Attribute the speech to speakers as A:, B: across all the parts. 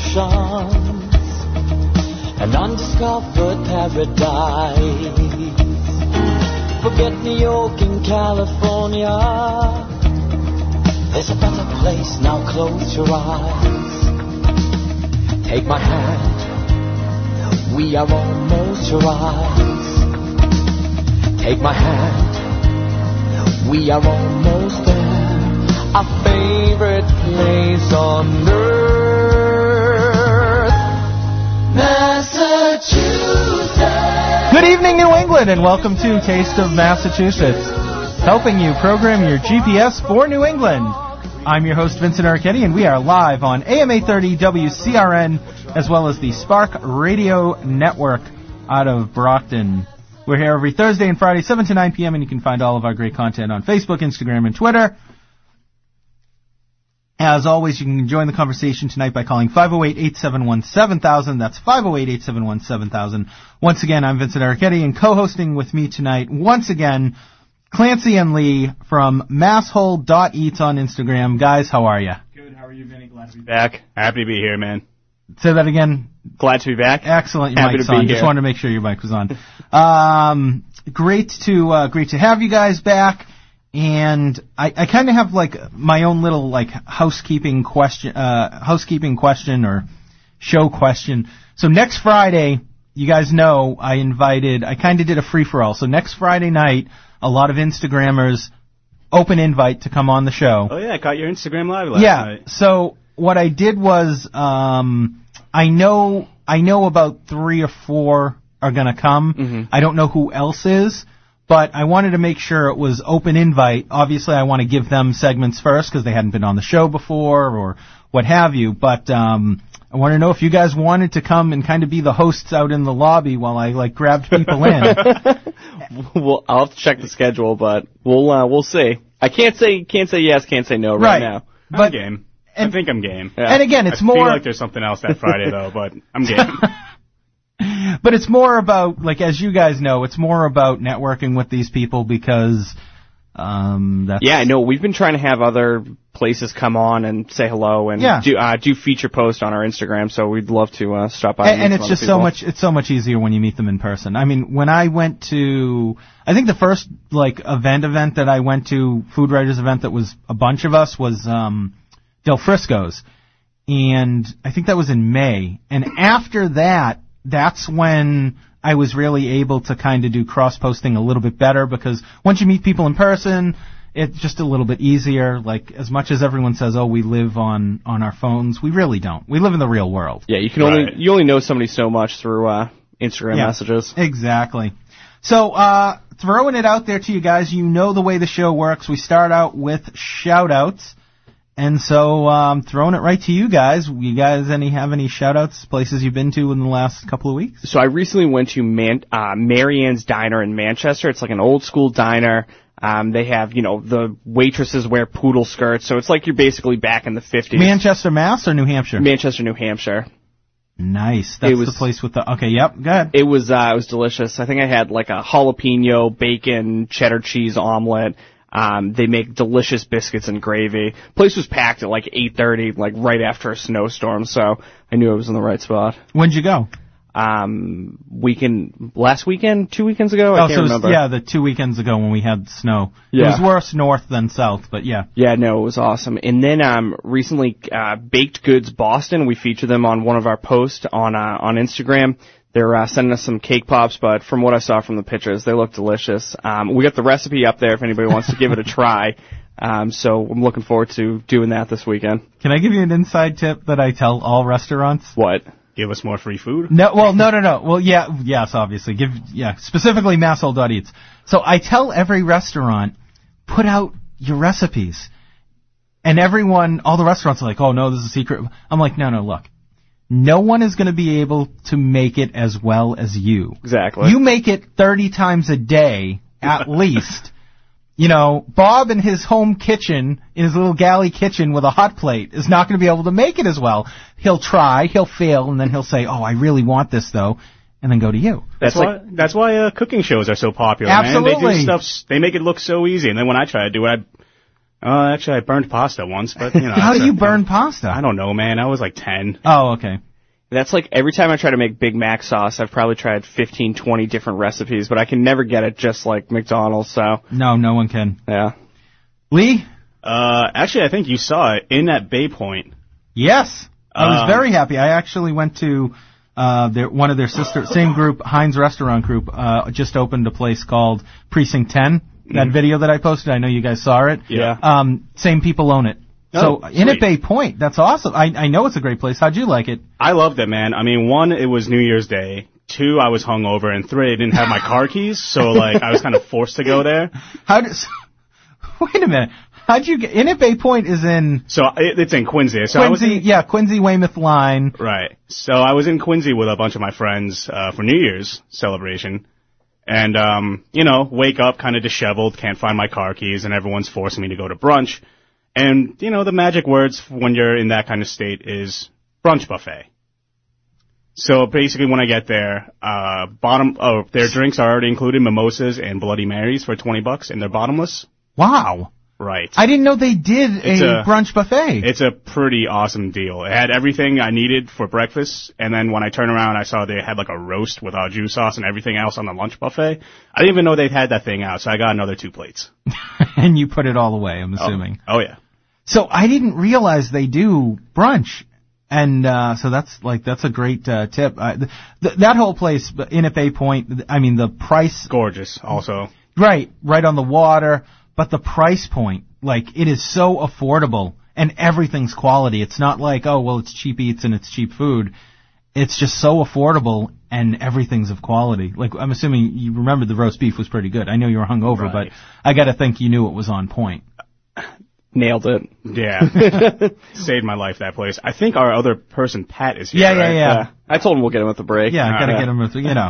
A: oceans, an undiscovered paradise. Forget New York and California. There's a better place now. Close your eyes. Take my hand. We are almost your eyes. Take my hand. We are almost there. Our favorite place on earth. Massachusetts.
B: Good evening, New England, and welcome to Taste of Massachusetts, helping you program your GPS for New England. I'm your host, Vincent Arcetti, and we are live on AM 830 WCRN, as well as the Spark Radio Network out of Brockton. We're here every Thursday and Friday, 7 to 9 p.m., and you can find all of our great content on Facebook, Instagram, and Twitter. As always, you can join the conversation tonight by calling 508-871-7000. That's 508-871-7000. Once again, I'm Vincent Arricchetti, and co-hosting with me tonight, once again, Clancy and Lee from masshole.eats on Instagram. Guys, how are you?
C: Good. How are you, Vinny? Glad to be back.
D: Back. Happy to be here, man.
B: Say that again.
D: Glad to be back.
B: Excellent. Your
D: Happy
B: mic's
D: to be
B: on. Just
D: here.
B: wanted to make sure your mic was on. Um, great to uh, great to have you guys back. And I, I kind of have like my own little like housekeeping question, uh, housekeeping question or show question. So next Friday, you guys know I invited. I kind of did a free for all. So next Friday night, a lot of Instagrammers open invite to come on the show.
D: Oh yeah, I caught your Instagram live last
B: yeah.
D: night.
B: So what I did was, um, I know I know about three or four are gonna come.
C: Mm-hmm.
B: I don't know who else is, but I wanted to make sure it was open invite. Obviously, I want to give them segments first because they hadn't been on the show before or what have you. But um, I want to know if you guys wanted to come and kind of be the hosts out in the lobby while I like grabbed people in.
D: well, I'll have to check the schedule, but we'll uh, we'll see. I can't say can't say yes, can't say no
B: Right.
D: right, now.
B: But-
C: I'm game.
B: and-
C: I think I'm game.
D: Yeah.
B: and again, it's
C: I
B: more
C: feel like there's something else that Friday though, but I'm game.
B: But it's more about, like, as you guys know, it's more about networking with these people because, um, that's.
D: Yeah, no, we've been trying to have other places come on and say hello and
B: Yeah.
D: do uh, do feature posts on our Instagram. So we'd love to uh, stop by.
B: And, and
D: meet
B: it's
D: some
B: just
D: other
B: so
D: people.
B: much, it's so much easier when you meet them in person. I mean, when I went to, I think the first, like, event event that I went to, Food Writers event that was a bunch of us was, um, Del Frisco's. And I think that was in May. And after that, that's when I was really able to kind of do cross posting a little bit better because once you meet people in person, it's just a little bit easier. Like as much as everyone says, oh, we live on, on our phones, we really don't. We live in the real world.
D: Yeah, you can only
C: Right.
D: you only know somebody so much through uh, Instagram
B: Yeah.
D: messages.
B: Exactly. So, uh, throwing it out there to you guys, you know the way the show works. We start out with shout outs. And so, um, throwing it right to you guys. You guys any have any shout outs, places you've been to in the last couple of weeks?
D: So I recently went to Man- uh, Marianne's Diner in Manchester. It's like an old school diner. Um, they have, you know, the waitresses wear poodle skirts, so it's like you're basically back in the 50s.
B: Manchester, Mass or New Hampshire?
D: Manchester, New Hampshire.
B: nice. That's
D: It was-
B: the place with the, okay, yep, go ahead.
D: It was, uh, it was delicious. I think I had like a jalapeno, bacon, cheddar cheese omelet. Um, they make delicious biscuits and gravy. Place was packed at like 8.30, like right after a snowstorm, so I knew I was in the right spot.
B: When'd you go?
D: Um, weekend, last weekend, two weekends ago, I
B: oh,
D: can't
B: so it was-
D: remember.
B: yeah, the two weekends ago when we had snow. It
D: Yeah.
B: was worse north than south, but yeah.
D: Yeah, no, it was awesome. And then um, recently, uh, Baked Goods Boston. We feature them on one of our posts on uh, on Instagram. They're uh, sending us some cake pops, but from what I saw from the pictures, they look delicious. Um, we got the recipe up there if anybody wants to give it a try. Um, so I'm looking forward to doing that this weekend.
B: Can I give you an inside tip that I tell all restaurants?
D: What?
C: Give us more free food.
B: No, well, no, no, no. Well, yeah, yes, obviously. Give, yeah, specifically masshole.eats. So I tell every restaurant, put out your recipes. And everyone, all the restaurants are like, oh no, this is a secret. I'm like, no, no, look. No one is going to be able to make it as well as you.
D: Exactly.
B: You make it 30 times a day, at least. You know, Bob in his home kitchen, in his little galley kitchen with a hot plate, is not going to be able to make it as well. He'll try, he'll fail, and then he'll say, oh, I really want this though, and then go to you.
C: That's,
D: That's
C: why. that's why uh, cooking shows are so popular, man. They
B: Absolutely.
C: do stuff. s- They make it look so easy, and then when I try to do it, I Uh, actually, I burned pasta once, but you Uh, know.
B: How do
C: it's
B: you
C: a-
B: burn pasta?
C: I don't know, man. I was like ten.
B: Oh, okay.
D: That's like every time I try to make Big Mac sauce, I've probably tried 15, 20 different recipes, but I can never get it just like McDonald's. So
B: No, no one can.
D: yeah,
B: Lee?
C: Uh, actually, I think you saw it in that Bay Point.
B: Yes. I was
C: Um,
B: very happy. I actually went to uh, their, one of their sister, same group, Heinz Restaurant Group, uh, just opened a place called Precinct 10. That video that I posted, I know you guys saw it.
C: Mm-hmm. Yeah.
B: Um, same people own it.
C: Oh,
B: so in at
C: sweet.
B: Bay Point, that's awesome. I, I know it's a great place. How'd you like it?
C: I loved it, man. I mean, one, it was New Year's Day. Two, I was hungover, and three, I didn't have my car keys, so like I was kind of forced to go there.
B: How does? Wait a minute. How'd you get? In at Bay Point is in
C: So it, it's in Quincy. So I was
B: Quincy. yeah, Quincy Weymouth line.
C: Right. So I was in Quincy with a bunch of my friends uh, for New Year's celebration, and um, you know, wake up kind of disheveled, can't find my car keys, and everyone's forcing me to go to brunch. And you know, the magic words when you're in that kind of state is brunch buffet. So basically, when I get there, uh, bottom oh, their drinks are already included, mimosas and Bloody Marys for twenty bucks, and they're bottomless.
B: Wow.
C: Right.
B: I didn't know they did
C: It's
B: a,
C: a-
B: brunch buffet.
C: It's a pretty awesome deal. It had everything I needed for breakfast, and then when I turned around, I saw they had like a roast with au jus sauce and everything else on the lunch buffet. I didn't even know they'd had that thing out, so I got another two plates.
B: and you put it all away. I'm assuming.
C: Oh yeah.
B: So I didn't realize they do brunch. And uh, so that's like that's a great uh, tip. Uh, th- th- that whole place in at Bay Point, th- I mean the price,
C: Gorgeous. Also,
B: right, right on the water, but the price point, like it is so affordable, and everything's quality. It's not like oh well, it's cheap eats and it's cheap food. It's just so affordable, and everything's of quality. Like I'm assuming you remember the roast beef was pretty good. I know you were hungover,
C: Right.
B: but I got to think you knew it was on point.
D: nailed it.
C: yeah, saved my life that place. I think our other person Pat is here.
B: Yeah, yeah,
C: right?
B: yeah.
D: Yeah. I told him we'll get him at the break.
B: Yeah, I gotta
C: yeah.
B: get him. with- You know,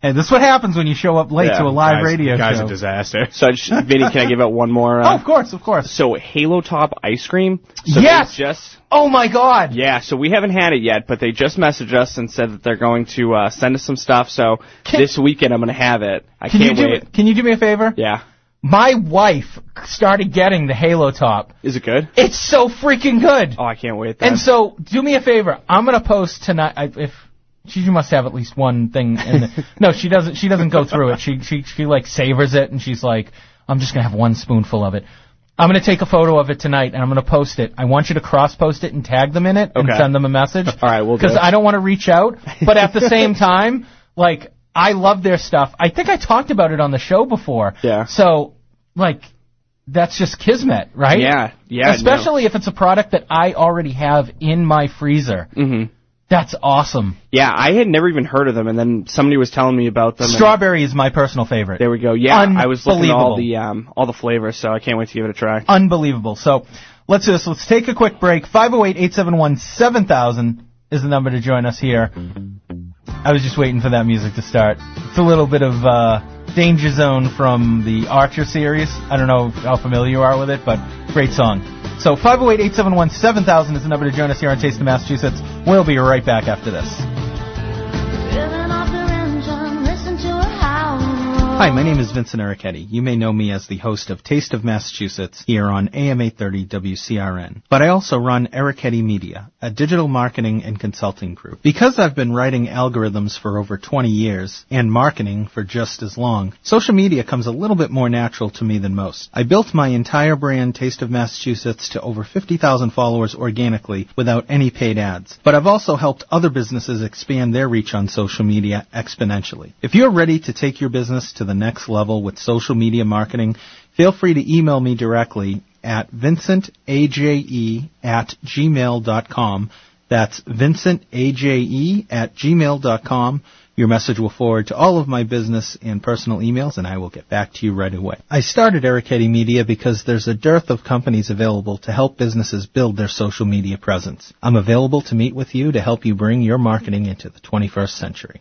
B: hey, this is what happens when you show up late
D: Uh-huh. Yeah,
B: to a live
C: Guys,
B: radio
C: guys
B: show.
C: a disaster.
D: So I just, Vinny, can I give out one more?
B: oh,
D: Uh,
B: of course, of course.
D: So Halo Top ice cream. So they
B: Yes!
D: Just
B: Oh my God.
D: yeah. So we haven't had it yet, but they just messaged us and said that they're going to uh, send us some stuff. So
B: Can-
D: this weekend I'm gonna have it. I
B: Can you
D: can't
B: do?
D: wait.
B: Can you do me a favor?
D: Yeah.
B: My wife started getting the Halo top.
D: Is it good?
B: It's so freaking good.
D: Oh, I can't wait. Then.
B: and so, do me a favor. I'm gonna post tonight. I, if she must have at least one thing. In the, no, she doesn't. She doesn't go through it. She she she like savors it, and she's like, I'm just gonna have one spoonful of it. I'm gonna take a photo of it tonight, and I'm gonna post it. I want you to cross post it and tag them in it, and
D: Okay.
B: send them a message.
D: All right, we'll do
B: Because
D: it.
B: I don't want to reach out, but at the same time, like I love their stuff. I think I talked about it on the show before.
D: Yeah.
B: So, like, that's just kismet, right?
D: Yeah, yeah, no.
B: Especially if it's a product that I already have in my freezer. Mm-hmm. That's awesome.
D: Yeah, I had never even heard of them, and then somebody was telling me about them. and-
B: Strawberry is my personal favorite.
D: There we go. Yeah, I was looking at all
B: Unbelievable.
D: the um, all the flavors, so I can't wait to give it a try.
B: Unbelievable. So, let's do this. Let's take a quick break. 508-871-7000 is the number to join us here. I was just waiting for that music to start. It's a little bit of uh, Danger Zone from the Archer series. I don't know how familiar you are with it, but great song. So 508-871-7000 is the number to join us here on Taste of Massachusetts. We'll be right back after this. Hi, my name is Vincent Ericetti. You may know me as the host of Taste of Massachusetts here on AM 830 WCRN. But I also run Ericetti Media, a digital marketing and consulting group. Because I've been writing algorithms for over 20 years and marketing for just as long, social media comes a little bit more natural to me than most. I built my entire brand Taste of Massachusetts to over 50,000 followers organically without any paid ads. But I've also helped other businesses expand their reach on social media exponentially. If you're ready to take your business to the next level with social media marketing, feel free to email me directly at vincentaje at gmail.com. That's vincentaje at gmail.com. Your message will forward to all of my business and personal emails, and I will get back to you right away. I started Ericetti Media because there's a dearth of companies available to help businesses build their social media presence. I'm available to meet with you to help you bring your marketing into the 21st century.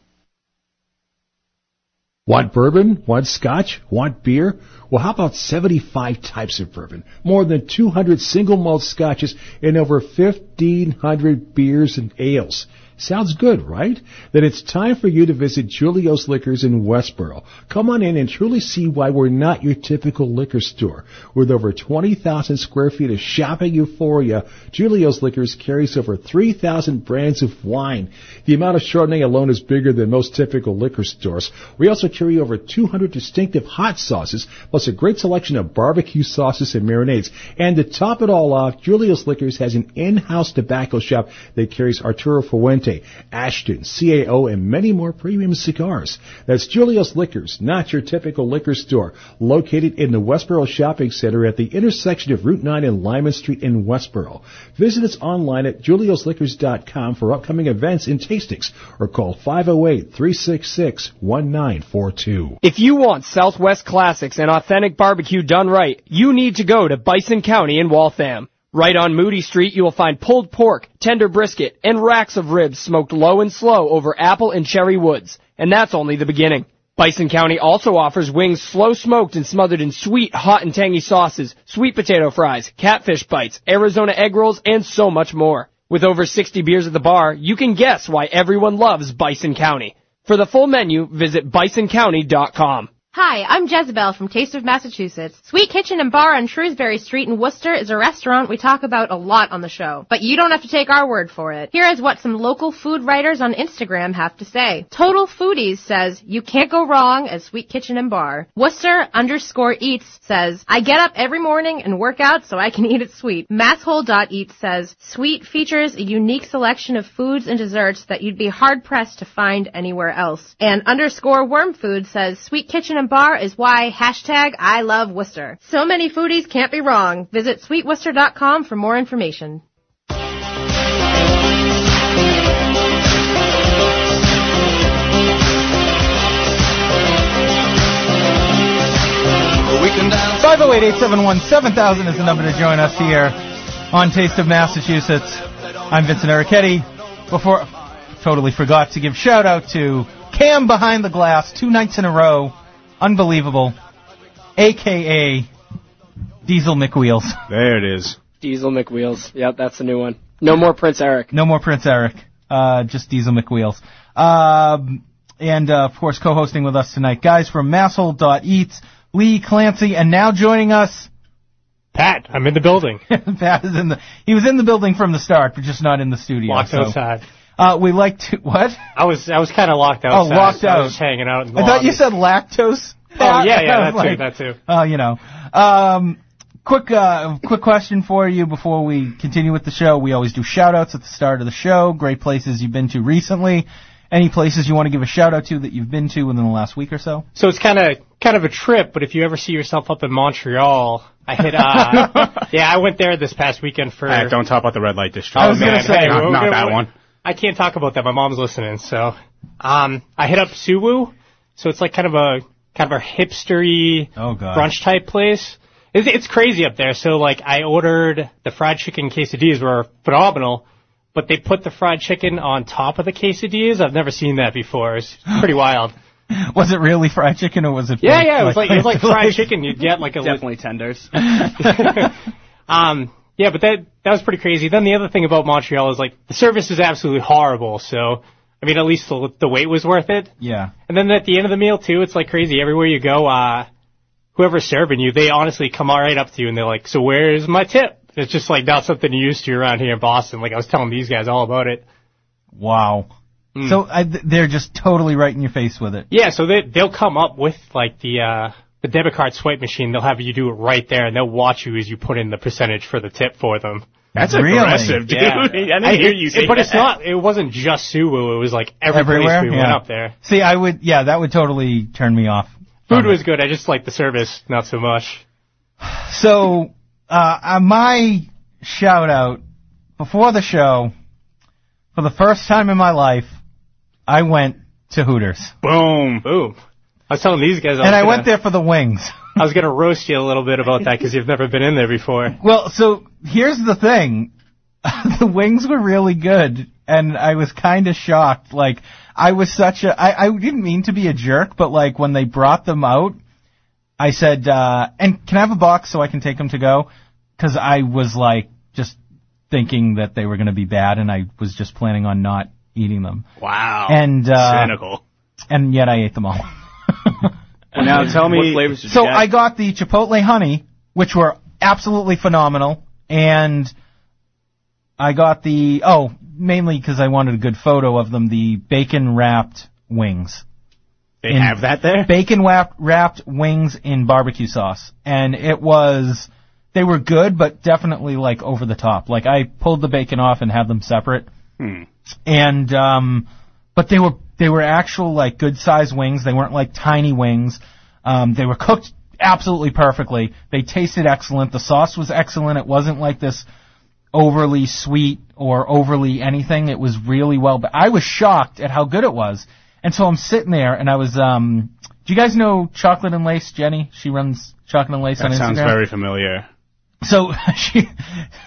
E: Want bourbon? Want scotch? Want beer? Well, how about 75 types of bourbon, more than 200 single malt scotches, and over 1,500 beers and ales? Sounds good, right? Then it's time for you to visit Julio's Liquors in Westboro. Come on in and truly see why we're not your typical liquor store. With over 20,000 square feet of shopping euphoria, Julio's Liquors carries over 3,000 brands of wine. The amount of Chardonnay alone is bigger than most typical liquor stores. We also carry over 200 distinctive hot sauces, plus a great selection of barbecue sauces and marinades. And to top it all off, Julio's Liquors has an in-house tobacco shop that carries Arturo Fuente, Ashton, CAO, and many more premium cigars. That's Julio's Liquors, not your typical liquor store, located in the Westboro Shopping Center at the intersection of Route 9 and Lyman Street in Westboro. Visit us online at juliosliquors.com for upcoming events and tastings, or call 508-366-1942.
F: If you want Southwest classics and authentic barbecue done right, you need to go to Bison County in Waltham. Right on Moody Street, you will find pulled pork, tender brisket, and racks of ribs smoked low and slow over apple and cherry woods. And that's only the beginning. Bison County also offers wings slow smoked and smothered in sweet, hot and tangy sauces, sweet potato fries, catfish bites, Arizona egg rolls, and so much more. With over 60 beers at the bar, you can guess why everyone loves Bison County. For the full menu, visit bisoncounty.com.
G: Hi, I'm Jezebel from Taste of Massachusetts. Sweet Kitchen and Bar on Shrewsbury Street in Worcester is a restaurant we talk about a lot on the show, but you don't have to take our word for it. Here is what some local food writers on Instagram have to say. Total Foodies says, you can't go wrong at Sweet Kitchen and Bar. Worcester underscore eats says, I get up every morning and work out so I can eat it sweet. Masshole.eats says, sweet features a unique selection of foods and desserts that you'd be hard pressed to find anywhere else. And underscore worm food says, sweet kitchen and bar is why hashtag I love Worcester. So many foodies can't be wrong. Visit sweetworcester.com for more information.
A: We can dance.
B: 508-871-7000 is the number to join us here on Taste of Massachusetts. I'm Vincent Ericetti. Before, totally forgot to give shout out to Cam Behind the Glass, two nights in a row, unbelievable, aka Diesel McWheels.
C: There it is.
D: Diesel McWheels. Yep, that's the new one. No more Prince Eric.
B: No more Prince Eric, uh, just Diesel McWheels. Um, and uh, of course, co-hosting with us tonight, guys from Masshole.eats, Lee Clancy, and now joining us.
H: Pat, I'm in the building.
B: Pat is in the. He was in the building from the start, but just not in the studio.
H: Locked
B: so,
H: outside.
B: Uh, we like to what?
H: I was I was kind of locked
B: Oh,
H: outside.
B: locked
H: I
B: out.
H: was just hanging out. In the
B: I thought you
H: lobby.
B: said lactose.
H: Oh yeah,
B: I
H: yeah, that
B: was
H: too,
B: like,
H: that too.
B: Oh, you know. Um, quick, uh, quick question for you before we continue with the show. We always do shout outs at the start of the show. Great places you've been to recently. Any places you want to give a shout out to that you've been to within the last week or so?
H: So it's kind of kind of a trip, but if you ever see yourself up in Montreal, I hit. Uh, yeah, I went there this past weekend for.
C: Pat, don't talk about the red light district. Oh,
B: I was gonna say,
C: not,
H: we're
C: not
H: gonna-
C: that one.
H: I can't talk about that. My mom's listening, so um, I hit up Suwu. So it's like kind of a kind of a hipstery
B: Oh, God.
H: brunch type place. It's, it's crazy up there. So like I ordered the fried chicken quesadillas were phenomenal, but they put the fried chicken on top of the quesadillas. I've never seen that before. It's pretty wild.
B: Was it really fried chicken or was it?
H: Yeah, yeah. It was like it was like fried chicken. You'd get like a li-
D: Definitely tenders.
H: Um, yeah, but that that was pretty crazy. Then the other thing about Montreal is like the service is absolutely horrible. So I mean, at least the, the wait was worth it.
B: Yeah.
H: And then at the end of the meal too, it's like crazy. Everywhere you go, uh, whoever's serving you, they honestly come right up to you and they're like, "So where's my tip?" It's just like not something you're used to around here in Boston. Like I was telling these guys all about it.
B: Wow. So I, th- they're just totally right in your face with it.
H: Hmm. Yeah, so they they'll come up with like the uh, the debit card swipe machine. They'll have you do it right there, and they'll watch you as you put in the percentage for the tip for them.
C: That's
B: Really?
C: aggressive, dude.
H: Yeah.
C: I didn't hear you say
H: But it's
C: that.
H: not. It wasn't just Suwu. It was like every
B: Everywhere?
H: place we went
B: Yeah.
H: up there.
B: See, I would. Yeah, that would totally turn me off.
H: Food was good. I just liked the service, not so much.
B: So, uh, uh, my shout out before the show, for the first time in my life, I went to Hooters.
C: Boom.
H: Boom. I was telling these guys. I was
B: and I
H: gonna,
B: went there for the wings.
H: I was gonna roast you a little bit about that because you've never been in there before.
B: Well, so here's the thing. the wings were really good, and I was kind of shocked. Like, I was such a, I, I didn't mean to be a jerk, but like when they brought them out, I said, uh, and can I have a box so I can take them to go? Cause I was like, just thinking that they were going to be bad, and I was just planning on not eating them.
C: Wow.
B: And, uh,
C: cynical.
B: And yet I ate them all.
C: Now tell me.
D: what flavors did
B: so
D: you get?
B: I got the Chipotle honey, which were absolutely phenomenal, and I got the oh mainly because I wanted a good photo of them. The bacon wrapped wings.
C: They have that there?
B: Bacon wrap, wrapped wings in barbecue sauce, and it was they were good, but definitely like over the top. Like I pulled the bacon off and had them separate, and um, but they were they were actual like good sized wings. They weren't like tiny wings. Um, they were cooked absolutely perfectly. They tasted excellent. The sauce was excellent. It wasn't like this overly sweet or overly anything. It was really well. But I was shocked at how good it was. And so I'm sitting there, and I was. Um, do you guys know Chocolate and Lace, Jenny? She runs Chocolate and Lace on
C: That
B: Instagram.
C: sounds very familiar.
B: So she,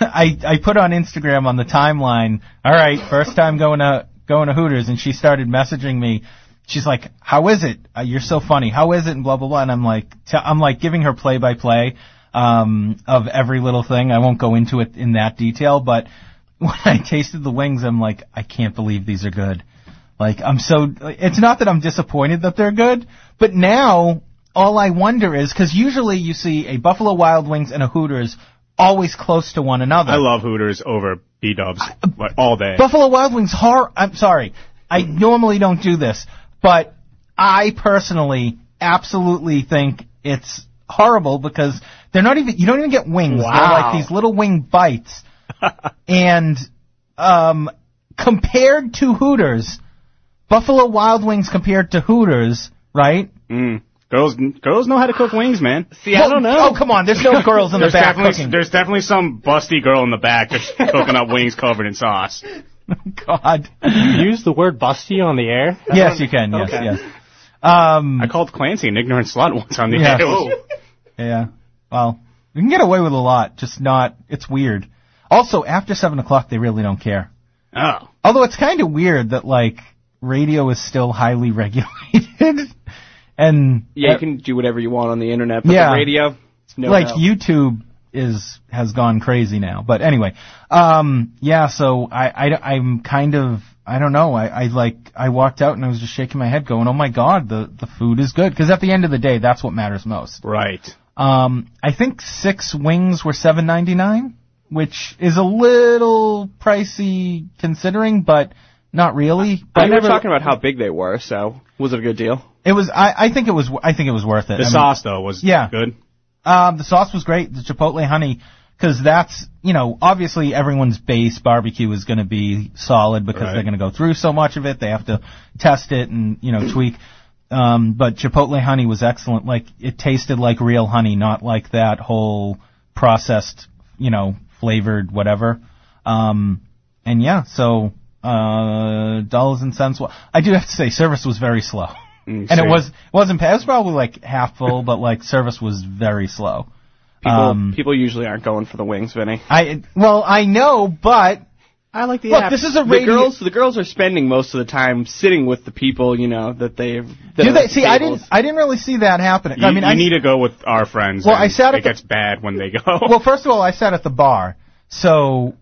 B: I, I put on Instagram on the timeline. All right, first time going to going to Hooters, and she started messaging me. She's like, "How is it? Uh, you're so funny. How is it?" And blah blah blah. And I'm like, t- I'm like giving her play by play um of every little thing. I won't go into it in that detail, but when I tasted the wings, I'm like, I can't believe these are good. Like I'm so it's not that I'm disappointed that they're good, but now all I wonder is cuz usually you see a Buffalo Wild Wings and a Hooters always close to one another.
C: I love Hooters over B Dubs
B: uh,
C: all day.
B: Buffalo Wild Wings horror I'm sorry. I normally don't do this, but I personally absolutely think it's horrible because they're not even you don't even get wings. They're
H: Wow.
B: like these little wing bites. and um compared to Hooters, Buffalo Wild Wings compared to Hooters, right?
C: Mm. Girls, girls know how to cook wings, man.
H: See, I don't know.
B: Oh come on, there's no girls in the
C: There's
B: back
C: definitely
B: cooking.
C: there's definitely some busty girl in the back that's cooking up wings covered in sauce.
B: God.
H: You use the word busty on the air?
B: yes, you can. Yes, yes. Um,
C: I called Clancy an ignorant slut once on the
B: Yeah. Oh.
C: air.
B: Whoa. Yeah. Well, you can get away with a lot, just not. It's weird. Also, after seven o'clock, they really don't care.
C: Oh,
B: Although it's kind of weird that like radio is still highly regulated, and
D: Yeah, you can do whatever you want on the internet, but
B: Yeah.
D: the radio, no.
B: like
D: no.
B: YouTube is has gone crazy now. But anyway, um, yeah. So I, I am kind of I don't know. I, I like I walked out and I was just shaking my head, going, "Oh my god, the the food is good." Because at the end of the day, that's what matters most.
C: right.
B: Um, I think six wings were seven ninety nine, which is a little pricey considering, but not really. But
D: But we were talking about how big they were, so was it a good deal?
B: it was. I, I think it was. I think it was worth it.
C: The
B: I mean,
C: sauce though was
B: Yeah.
C: good.
B: Um, the sauce was great. The chipotle honey, because that's you know obviously everyone's base barbecue is going to be solid because
C: Right.
B: they're going to go through so much of it. They have to test it and you know tweak. Um, but chipotle honey was excellent. Like it tasted like real honey, not like that whole processed you know flavored whatever. Um, and yeah, so uh, dollars and cents. wa- I do have to say, service was very slow. And it
C: Mm, same.
B: was it wasn't pa- it was probably like half full, but like service was very slow.
D: People,
B: Um,
D: people usually aren't going for the wings, Vinny.
B: I well I know, but
C: I like the
B: look, this is a
D: The
B: radio.
D: girls, the girls are spending most of the time sitting with the people, you know, that they've. That
B: do
D: are
B: they
D: at the
B: see? I
D: tables.
B: didn't I didn't really see that happening.
C: You,
B: I mean,
C: you
B: I
C: need to go with our friends.
B: Well,
C: and
B: I sat at
C: It
B: the-
C: gets bad when they go.
B: well, first of all, I sat at the bar, so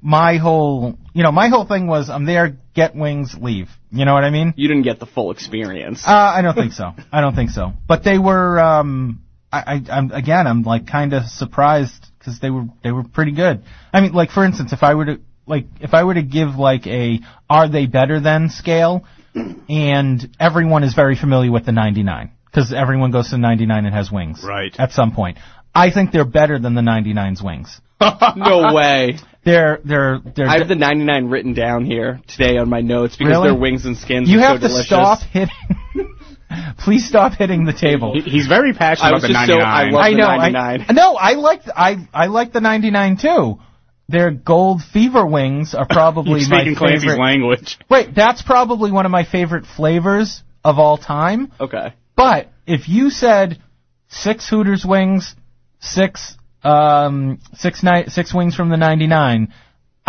B: my whole you know my whole thing was I'm there, get wings, leave. You know what I mean?
D: You didn't get the full experience.
B: Uh, I don't think so. I don't think so. But they were. Um, I, I, I'm again. I'm like kind of surprised because they were they were pretty good. I mean, like for instance, if I were to like if I were to give like a are they better than scale, and everyone is very familiar with the 99 because everyone goes to 99 and has wings.
C: Right.
B: At some point, I think they're better than the 99's wings. Oh.
D: no way.
B: They're they're they're.
D: I have the 99 written down here today on my notes because
B: Really?
D: their wings and skins
B: you
D: are
B: have to
D: so delicious.
B: stop hitting. Please stop hitting the table.
C: He- He's very passionate
D: I
C: about
D: was
C: the
D: just so-
C: 99.
D: I love-
B: I
D: the
B: know.
D: 99.
B: I, no, I like I I like the 99 too. Their gold fever wings are probably
C: He's
B: my
C: speaking Clancy's
B: favorite.
C: language.
B: Wait, that's probably one of my favorite flavors of all time.
D: Okay.
B: But if you said six Hooters wings, six um six ni- six wings from the 99,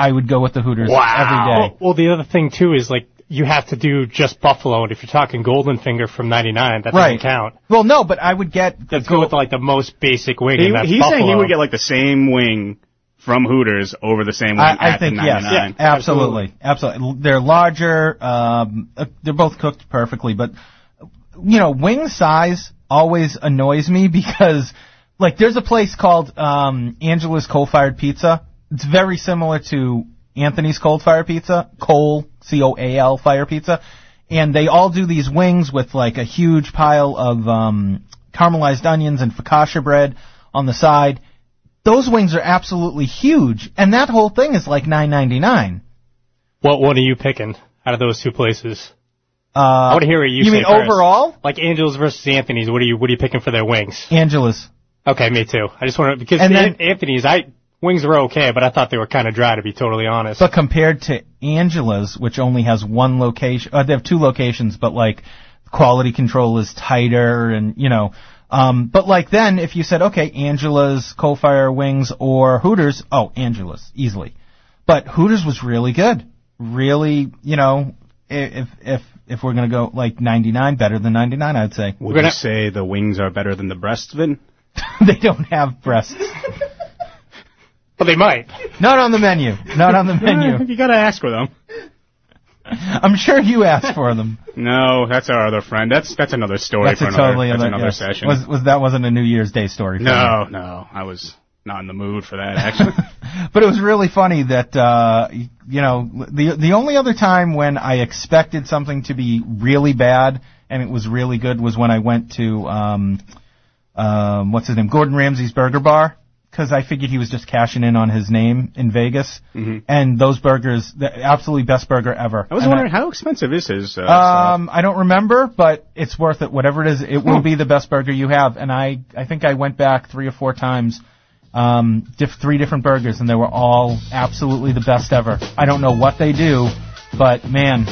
B: I would go with the Hooters every day.
H: Well, well, the other thing too is like you have to do just buffalo, and if you're talking golden finger from '99, that
B: Right.
H: doesn't count.
B: Well, no, but I would get the
H: Let's go with like the most basic wing,
C: He,
H: and that's
C: he's
H: buffalo.
C: saying he would get like the same wing from Hooters over the same one
B: I,
C: at
B: I think
C: the
B: yes,
C: 99.
B: absolutely, absolutely. They're larger. Um, uh, they're both cooked perfectly, but you know, wing size always annoys me because like there's a place called um, Angela's Coal Fired Pizza. It's very similar to Anthony's Cold Fire Pizza, Coal C O A L Fire Pizza, and they all do these wings with like a huge pile of um, caramelized onions and focaccia bread on the side those wings are absolutely huge, and that whole thing is like nine ninety nine.
H: What one are you picking out of those two places?
B: Uh,
H: I want to hear what you,
B: you
H: say
B: mean
H: first.
B: overall?
H: Like Angels versus Anthony's. What are you What are you picking for their wings?
B: Angela's.
H: Okay, me too. I just want to because
B: And
H: the
B: then-
H: An- Anthony's. I wings were okay, but I thought they were kind of dry to be totally honest.
B: But compared to Angela's, which only has one location, uh, they have two locations, but like quality control is tighter, and you know. Um, but like then, if you said, okay, Angela's Coal Fire Wings or Hooters, oh, Angela's easily. But Hooters was really good, really, you know, i- if if if we're gonna go like ninety nine, better than ninety nine, I'd say.
C: Would
H: gonna-
C: you say the wings are better than the breast, Vin?
B: they don't have breasts.
H: Well, they might.
B: Not on the menu. Not on the
C: Eh,
B: menu.
C: you gotta ask for them.
B: I'm sure you asked for them.
C: No, that's our other friend. That's that's another story
B: That's
C: for
B: a
C: another,
B: totally
C: that's
B: other,
C: another
B: yes.
C: session.
B: Was was that wasn't a New Year's Day story? for me.
C: no, no, I was not in the mood for that actually.
B: But it was really funny that uh y- you know the the only other time when I expected something to be really bad and it was really good was when I went to um um what's his name Gordon Ramsay's Burger Bar because I figured he was just cashing in on his name in Vegas
C: Mm-hmm.
B: and those burgers the absolutely best burger ever.
C: I was
B: And
C: wondering how expensive is his. Uh, stuff?
B: Um, I don't remember, but it's worth it. Whatever it is, it will be the best burger you have. And I, I think I went back three or four times, um, diff- three different burgers, and they were all absolutely the best ever. I don't know what they do, but man.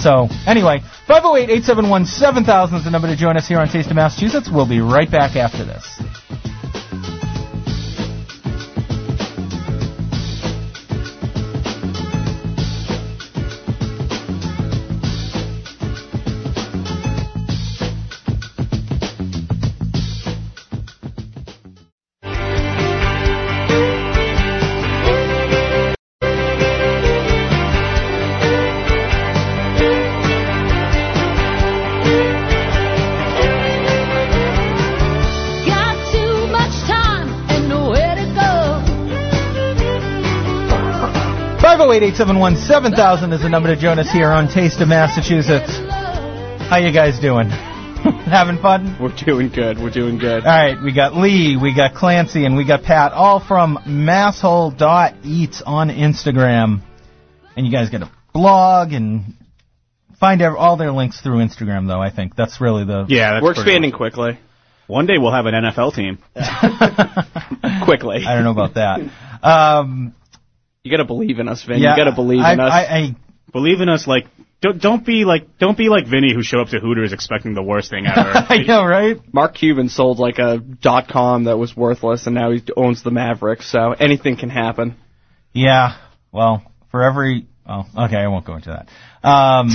B: So anyway, 508-871-7000 is the number to join us here on Taste of Massachusetts. We'll be right back after this.
I: Got too much time and nowhere to go.
B: 508-871-7000 is the number to join us here on Taste of Massachusetts. How you guys doing? Having fun?
D: We're doing good. We're doing good.
B: All right, we got Lee, we got Clancy, and we got Pat, all from masshole.eats on Instagram. And you guys get a blog and find ev- all their links through Instagram, though, I think. That's really the.
C: yeah, that's
D: We're
C: pretty
D: expanding quickly.
C: much- One day we'll have an NFL team.
D: Quickly.
B: I don't know about that. Um,
D: You gotta believe in us, Vin.
B: yeah,
D: you gotta believe
B: I,
D: in us.
B: I, I,
C: Believe in us, like don't don't be like don't be like Vinny who showed up to Hooters expecting the worst thing ever.
B: I know, right?
D: Mark Cuban sold like a dot com that was worthless, and now he owns the Mavericks. So anything can happen.
B: Yeah. Well, for every. Oh, okay, I won't go into that. Um,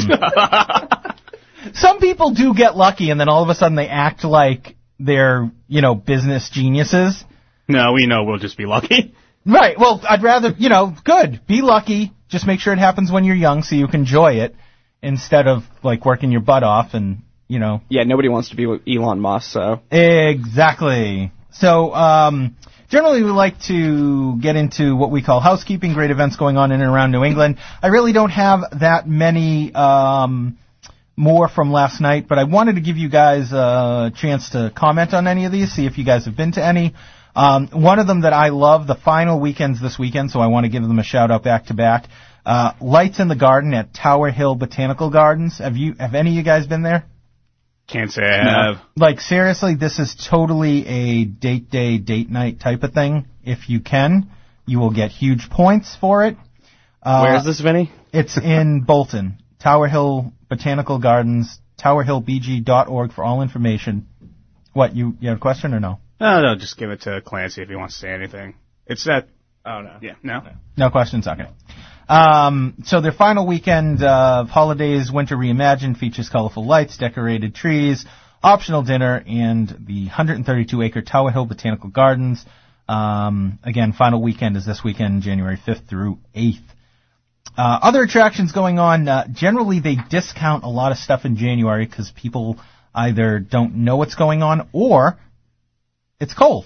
B: some people do get lucky, and then all of a sudden they act like they're, you know, business geniuses.
C: No, we know we'll just be lucky.
B: Right. Well, I'd rather, you know, good. Be lucky. Just make sure it happens when you're young so you can enjoy it instead of like working your butt off and, you know,
D: Yeah, nobody wants to be with Elon Musk. So
B: Exactly. So, um, generally we like to get into what we call housekeeping, great events going on in and around New England. I really don't have that many, um, more from last night, but I wanted to give you guys a chance to comment on any of these, see if you guys have been to any. Um, one of them that I love, the final weekends this weekend, so I want to give them a shout out back to back. Uh, Lights in the Garden at Tower Hill Botanical Gardens. Have you, have any of you guys been there?
C: Can't say I have.
B: like seriously, this is totally a date day, date night type of thing. If you can, you will get huge points for it. Uh,
D: where is this, Vinny?
B: It's in Bolton, Tower Hill Botanical Gardens, towerhillbg.org for all information. What you you have a question or no?
C: No, no, just give it to Clancy if he wants to say anything. It's that. Oh no. Yeah. No.
B: No questions. Okay. Um, so their final weekend of holidays, winter reimagined, features colorful lights, decorated trees, optional dinner, and the 132-acre Tower Hill Botanical Gardens. Um, again, final weekend is this weekend, January 5th through 8th. Uh, other attractions going on. Uh, generally, they discount a lot of stuff in January because people either don't know what's going on or it's cold.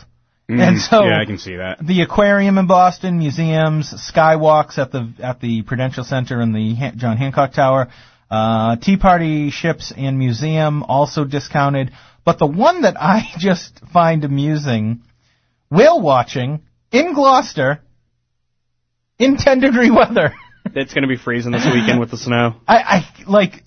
B: and so
C: Mm, yeah, I can see that.
B: the aquarium in Boston, museums, skywalks at the at the Prudential Center and the Han- John Hancock Tower, uh, Tea Party ships and museum also discounted. But the one that I just find amusing, whale watching in Gloucester, in tenderly weather.
D: It's going to be freezing this weekend with the snow.
B: I, I like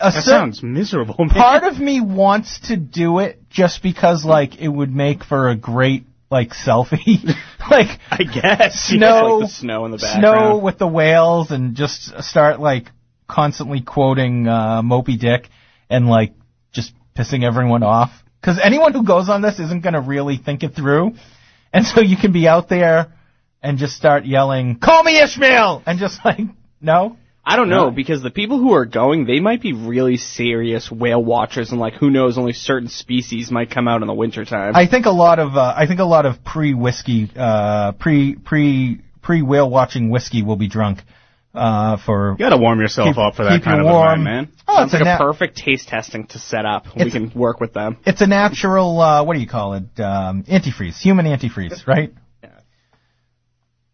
B: a
C: That
B: cer-
C: sounds miserable. Man.
B: part of me wants to do it just because like it would make for a great like selfie like
C: I guess.
B: snow
D: Like the snow in the
B: snow
D: background.
B: with the whales and just start like constantly quoting uh Moby Dick and like just pissing everyone off cuz anyone who goes on this isn't going to really think it through and so you can be out there and just start yelling call me Ishmael and just like no
D: I don't know because the people who are going, they might be really serious whale watchers, and like who knows, only certain species might come out in the wintertime.
B: I think a lot of uh, I think a lot of pre whiskey uh, pre pre pre whale watching whiskey will be drunk uh, for
C: You gotta warm yourself
B: Keep-
C: up for
B: keep
C: that kind
B: you
C: of
B: warm.
C: event, man.
B: oh it's
D: Sounds
B: a,
D: like a
B: na-
D: perfect taste testing to set up. we
B: It's-
D: can work with them.
B: it's a natural uh, what do you call it um, antifreeze human antifreeze right.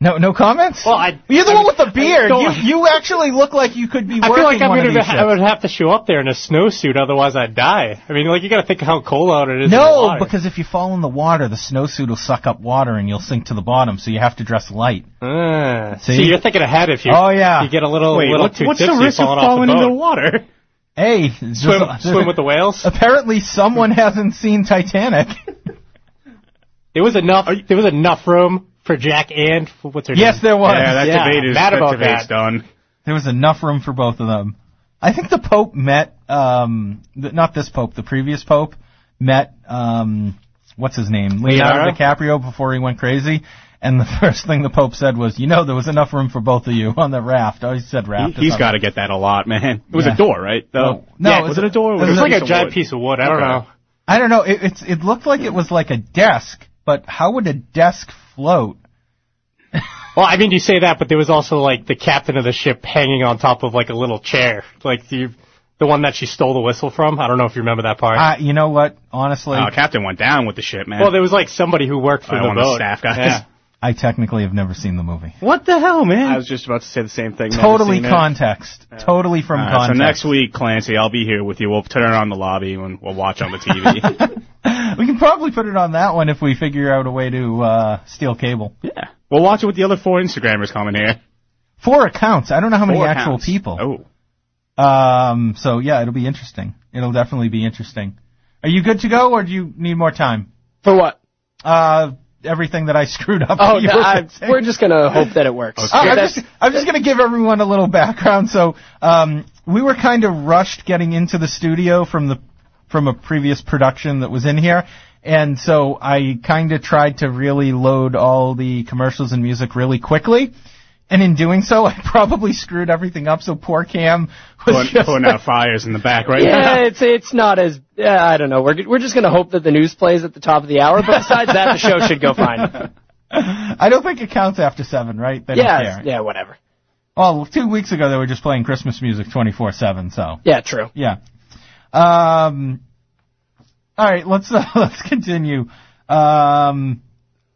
B: No, no comments.
H: Well, I-
B: you're the
H: I
B: one
H: mean,
B: with the beard.
H: I
B: You,
H: don't-
B: you actually look like you could be
H: I
B: working
H: feel like I'm
B: one of
H: gonna,
B: these
H: I would
B: shifts.
H: have to show up there in a snowsuit, otherwise I'd die. I mean, like you got to think of how cold out it is. in the
B: No,
H: water.
B: because if you fall in the water, the snowsuit will suck up water and you'll sink to the bbottom. So you have to dress light.
H: Ah,
B: See?
H: see, you're thinking ahead if you.
B: Oh, yeah.
H: You get a little,
C: Wait,
H: little
C: what,
H: too
C: what's
H: tipsy
C: the risk of
H: falling off
C: falling
H: the boat.
C: into water?
B: Hey,
H: swim, swim with the whales.
B: Apparently, someone hasn't seen Titanic.
H: There was enough. There was enough room for Jack and for- what's her
B: yes,
H: name?
B: there was.
C: Yeah, that
H: Yeah,
C: debate is
H: mad
C: that
H: about
C: debate's
H: that.
C: done.
B: there was enough room for both of them. I think the Pope met, um, th- not this Pope, the previous Pope met, um, what's his name, Leonardo DiCaprio before he went crazy. And the first thing the Pope said was, you know, there was enough room for both of you on the raft. Oh, he said raft.
C: He, has got to get that a lot, man. It was
B: Yeah.
C: a door, right? Though.
B: No,
C: yeah,
B: it
C: was,
B: was
C: it
B: a-
C: a door?
B: it
C: or was
H: It
B: There's
H: was like a
C: piece of
H: giant
C: wood?
H: piece of wood. I don't
C: Okay.
H: know.
B: I don't know. It, it's, it looked like it was like a desk, but how would a desk float?
H: Well, I mean, you say that, but there was also like the captain of the ship hanging on top of like a little chair, like the the one that she stole the whistle from. I don't know if you remember that part.
B: Uh, you know what? Honestly,
C: Oh, Captain went down with the ship, man.
H: well, there was like somebody who worked for
C: I
H: the
C: want to
H: boat.
C: staff guys.
H: Yeah.
B: I technically have never seen the movie.
C: What the hell, man?
D: I was just about to say the same thing.
B: totally
D: never seen it.
B: context. Totally from
C: All right, so
B: context.
C: next week, Clancy, I'll be here with you. We'll turn on the lobby and we'll watch on the TV.
B: we can probably put it on that one if we figure out a way to uh, steal cable.
C: yeah, we'll watch it with the other four Instagrammers coming here.
B: Four accounts. I don't know how many
C: Four
B: actual
C: counts.
B: people.
C: Oh,
B: Um. So yeah, it'll be interesting. It'll definitely be interesting. Are you good to go, or do you need more time?
F: For what?
B: Uh, everything that I screwed up.
F: Oh,
B: that you
F: no,
B: were
F: I,
B: saying.
F: we're just gonna hope that it works.
B: Oh, I'm,
F: That's-
B: just, I'm just going to give everyone a little background. So, um, we were kind of rushed getting into the studio from the from a previous production that was in here, and so I kind of tried to really load all the commercials and music really quickly. And in doing so, I probably screwed everything up. So poor Cam was
C: putting,
B: just
C: putting out fires in the back right
F: yeah, it's it's not as uh, I don't know. We're we're just gonna hope that the news plays at the top of the hour. But besides that, the show should go fine.
B: I don't think it counts after seven, right? They don't
F: Yeah,
B: care.
F: yeah, whatever.
B: Well, two weeks ago they were just playing Christmas music twenty four seven. So
F: Yeah, true.
B: Yeah. Um, all right, let's uh, let's continue. Um,